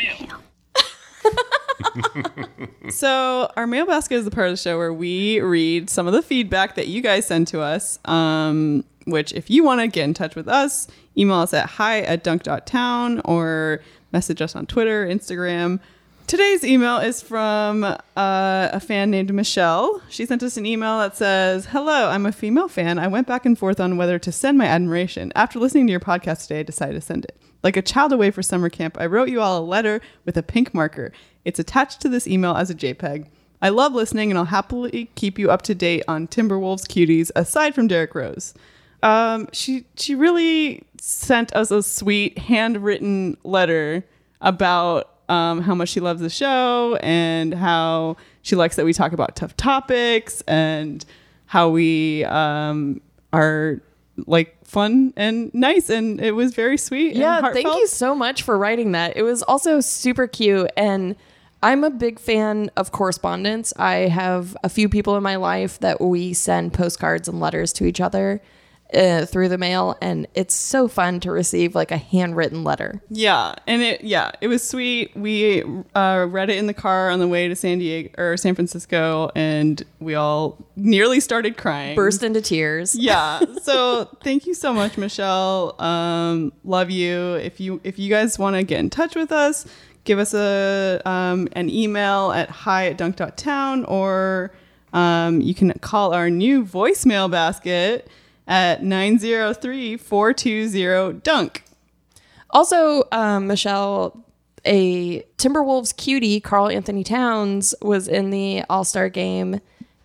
B: So, our mail basket is the part of the show where we read some of the feedback that you guys send to us. Um, which, if you want to get in touch with us, email us at hi at dunk.town or message us on Twitter, Instagram. Today's email is from uh, a fan named Michelle. She sent us an email that says, Hello, I'm a female fan. I went back and forth on whether to send my admiration. After listening to your podcast today, I decided to send it. Like a child away for summer camp, I wrote you all a letter with a pink marker. It's attached to this email as a JPEG. I love listening, and I'll happily keep you up to date on Timberwolves cuties aside from Derek Rose. Um, she she really sent us a sweet handwritten letter about um, how much she loves the show and how she likes that we talk about tough topics and how we um, are like fun and nice and it was very sweet. and
A: Yeah, thank
B: heartfelt.
A: you so much for writing that. It was also super cute and I'm a big fan of correspondence. I have a few people in my life that we send postcards and letters to each other uh, through the mail and it's so fun to receive like a handwritten letter.
B: Yeah, and it yeah, it was sweet. We uh, read it in the car on the way to San Diego or San Francisco, and we all nearly started crying.
A: Burst into tears.
B: yeah. So thank you so much, Michelle. Um, love you. If you if you guys want to get in touch with us, give us a um, an email at hi at dunk.town or um, you can call our new voicemail basket at 903-420-DUNK.
A: Also, um, Michelle, a Timberwolves cutie, Carl Anthony Towns, was in the All Star game,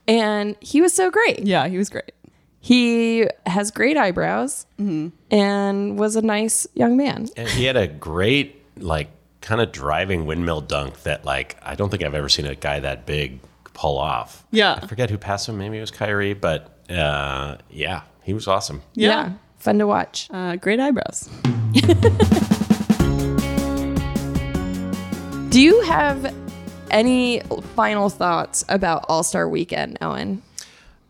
A: and he was so great.
B: Yeah, he was great.
A: He has great eyebrows and was a nice young man.
C: and he had a great like kind of driving windmill dunk that like I don't think I've ever seen a guy that big pull off.
B: Yeah.
C: I forget who passed him. Maybe it was Kyrie, but uh, yeah, he was awesome.
A: Yeah. Fun to watch.
B: Uh, great eyebrows.
A: Do you have any final thoughts about All Star Weekend, Owen?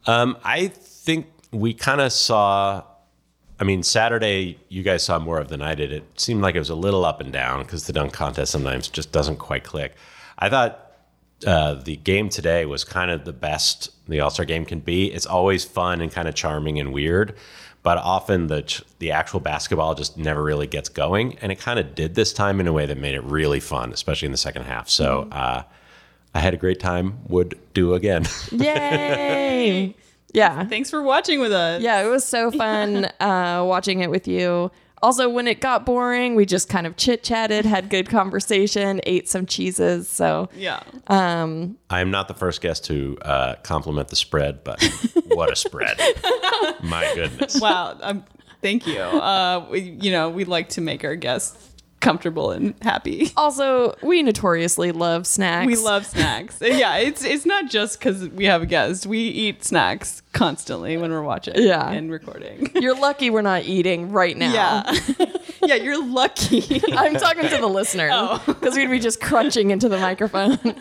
C: Um, I think we kind of saw. I mean, Saturday you guys saw more of than I did. It seemed like it was a little up and down because the dunk contest sometimes just doesn't quite click. I thought uh, the game today was kind of the best the All Star game can be. It's always fun and kind of charming and weird, but often the ch- the actual basketball just never really gets going, and it kind of did this time in a way that made it really fun, especially in the second half. So uh, I had a great time. Would do again.
A: Yay! yeah.
B: Thanks for watching with us.
A: Yeah, it was so fun uh, watching it with you. Also, when it got boring, we just kind of chit chatted, had good conversation, ate some cheeses. So,
B: Yeah.
A: Uh-huh.
C: I'm not the first guest to uh, compliment the spread, but what a spread! My goodness.
B: Wow. Um, thank you. Uh, we, you know, we like to make our guests comfortable and happy.
A: also, we notoriously love snacks.
B: We love snacks. And yeah, it's it's not just because we have a guest. We eat snacks constantly when we're watching
A: Yeah.
B: and recording.
A: You're lucky we're not eating right now.
B: Yeah. yeah, you're lucky.
A: I'm talking to the listener
B: Oh.
A: because we'd be just crunching into the microphone.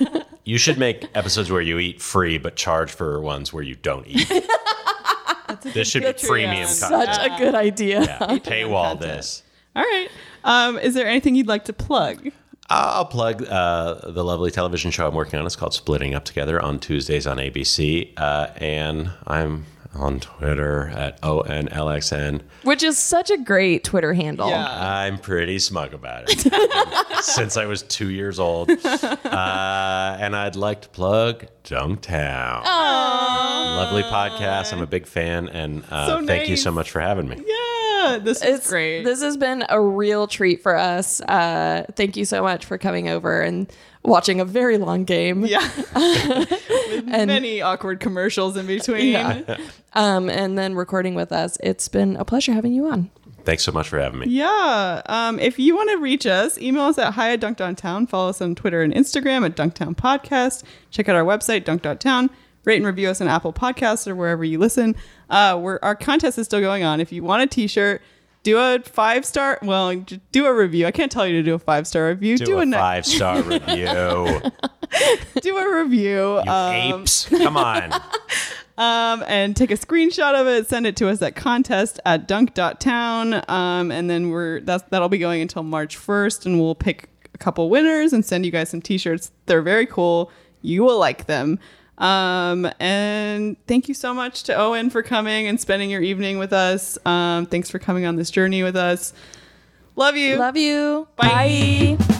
C: You should make episodes where you eat free, but charge for ones where you don't eat. this should be
B: Patreon.
C: premium
A: Such
C: content.
A: a good idea.
C: Yeah, Paywall this.
B: All right. Um, is there anything you'd like to plug?
C: I'll plug uh, the lovely television show I'm working on. It's called Splitting Up Together on Tuesdays on ABC, uh, and I'm on Twitter at ONLXN.
A: Which is such a great Twitter handle.
C: I'm pretty smug about it since I was two years old. Uh, and I'd like to plug Dunktown. Lovely podcast. I'm a big fan. And uh,
B: So
C: thank you so
B: nice.
C: much for having me.
B: Yeah, this is
A: It's
B: great.
A: This has been a real treat for us. Uh, thank you so much for coming over and watching a very long game.
B: yeah. With many awkward commercials in between.
A: Yeah. Um, and then recording with us. It's been a pleasure having you on.
C: Thanks so much for having me.
B: Yeah. Um, if you want to reach us, email us at hi at dunkdowntown. Follow us on Twitter and Instagram at dunktown podcast. Check out our website, dunk.town. Rate and review us on Apple Podcasts or wherever you listen. Uh, we're, our contest is still going on. If you want a t shirt, do a five star, well, j- do a review. I can't tell you to do a five star review.
C: Do a
B: ni-
C: five star review. You
B: do a review. um,
C: apes. Come on.
B: um, and take a screenshot of it, send it to us at contest at dunk.town. Um, and then we're that's, that'll be going until March 1st, and we'll pick a couple winners and send you guys some t shirts. They're very cool. You will like them. Um, and thank you so much to Owen for coming and spending your evening with us. Um, thanks for coming on this journey with us. Love you.
A: Love you.
B: Bye.
A: Bye.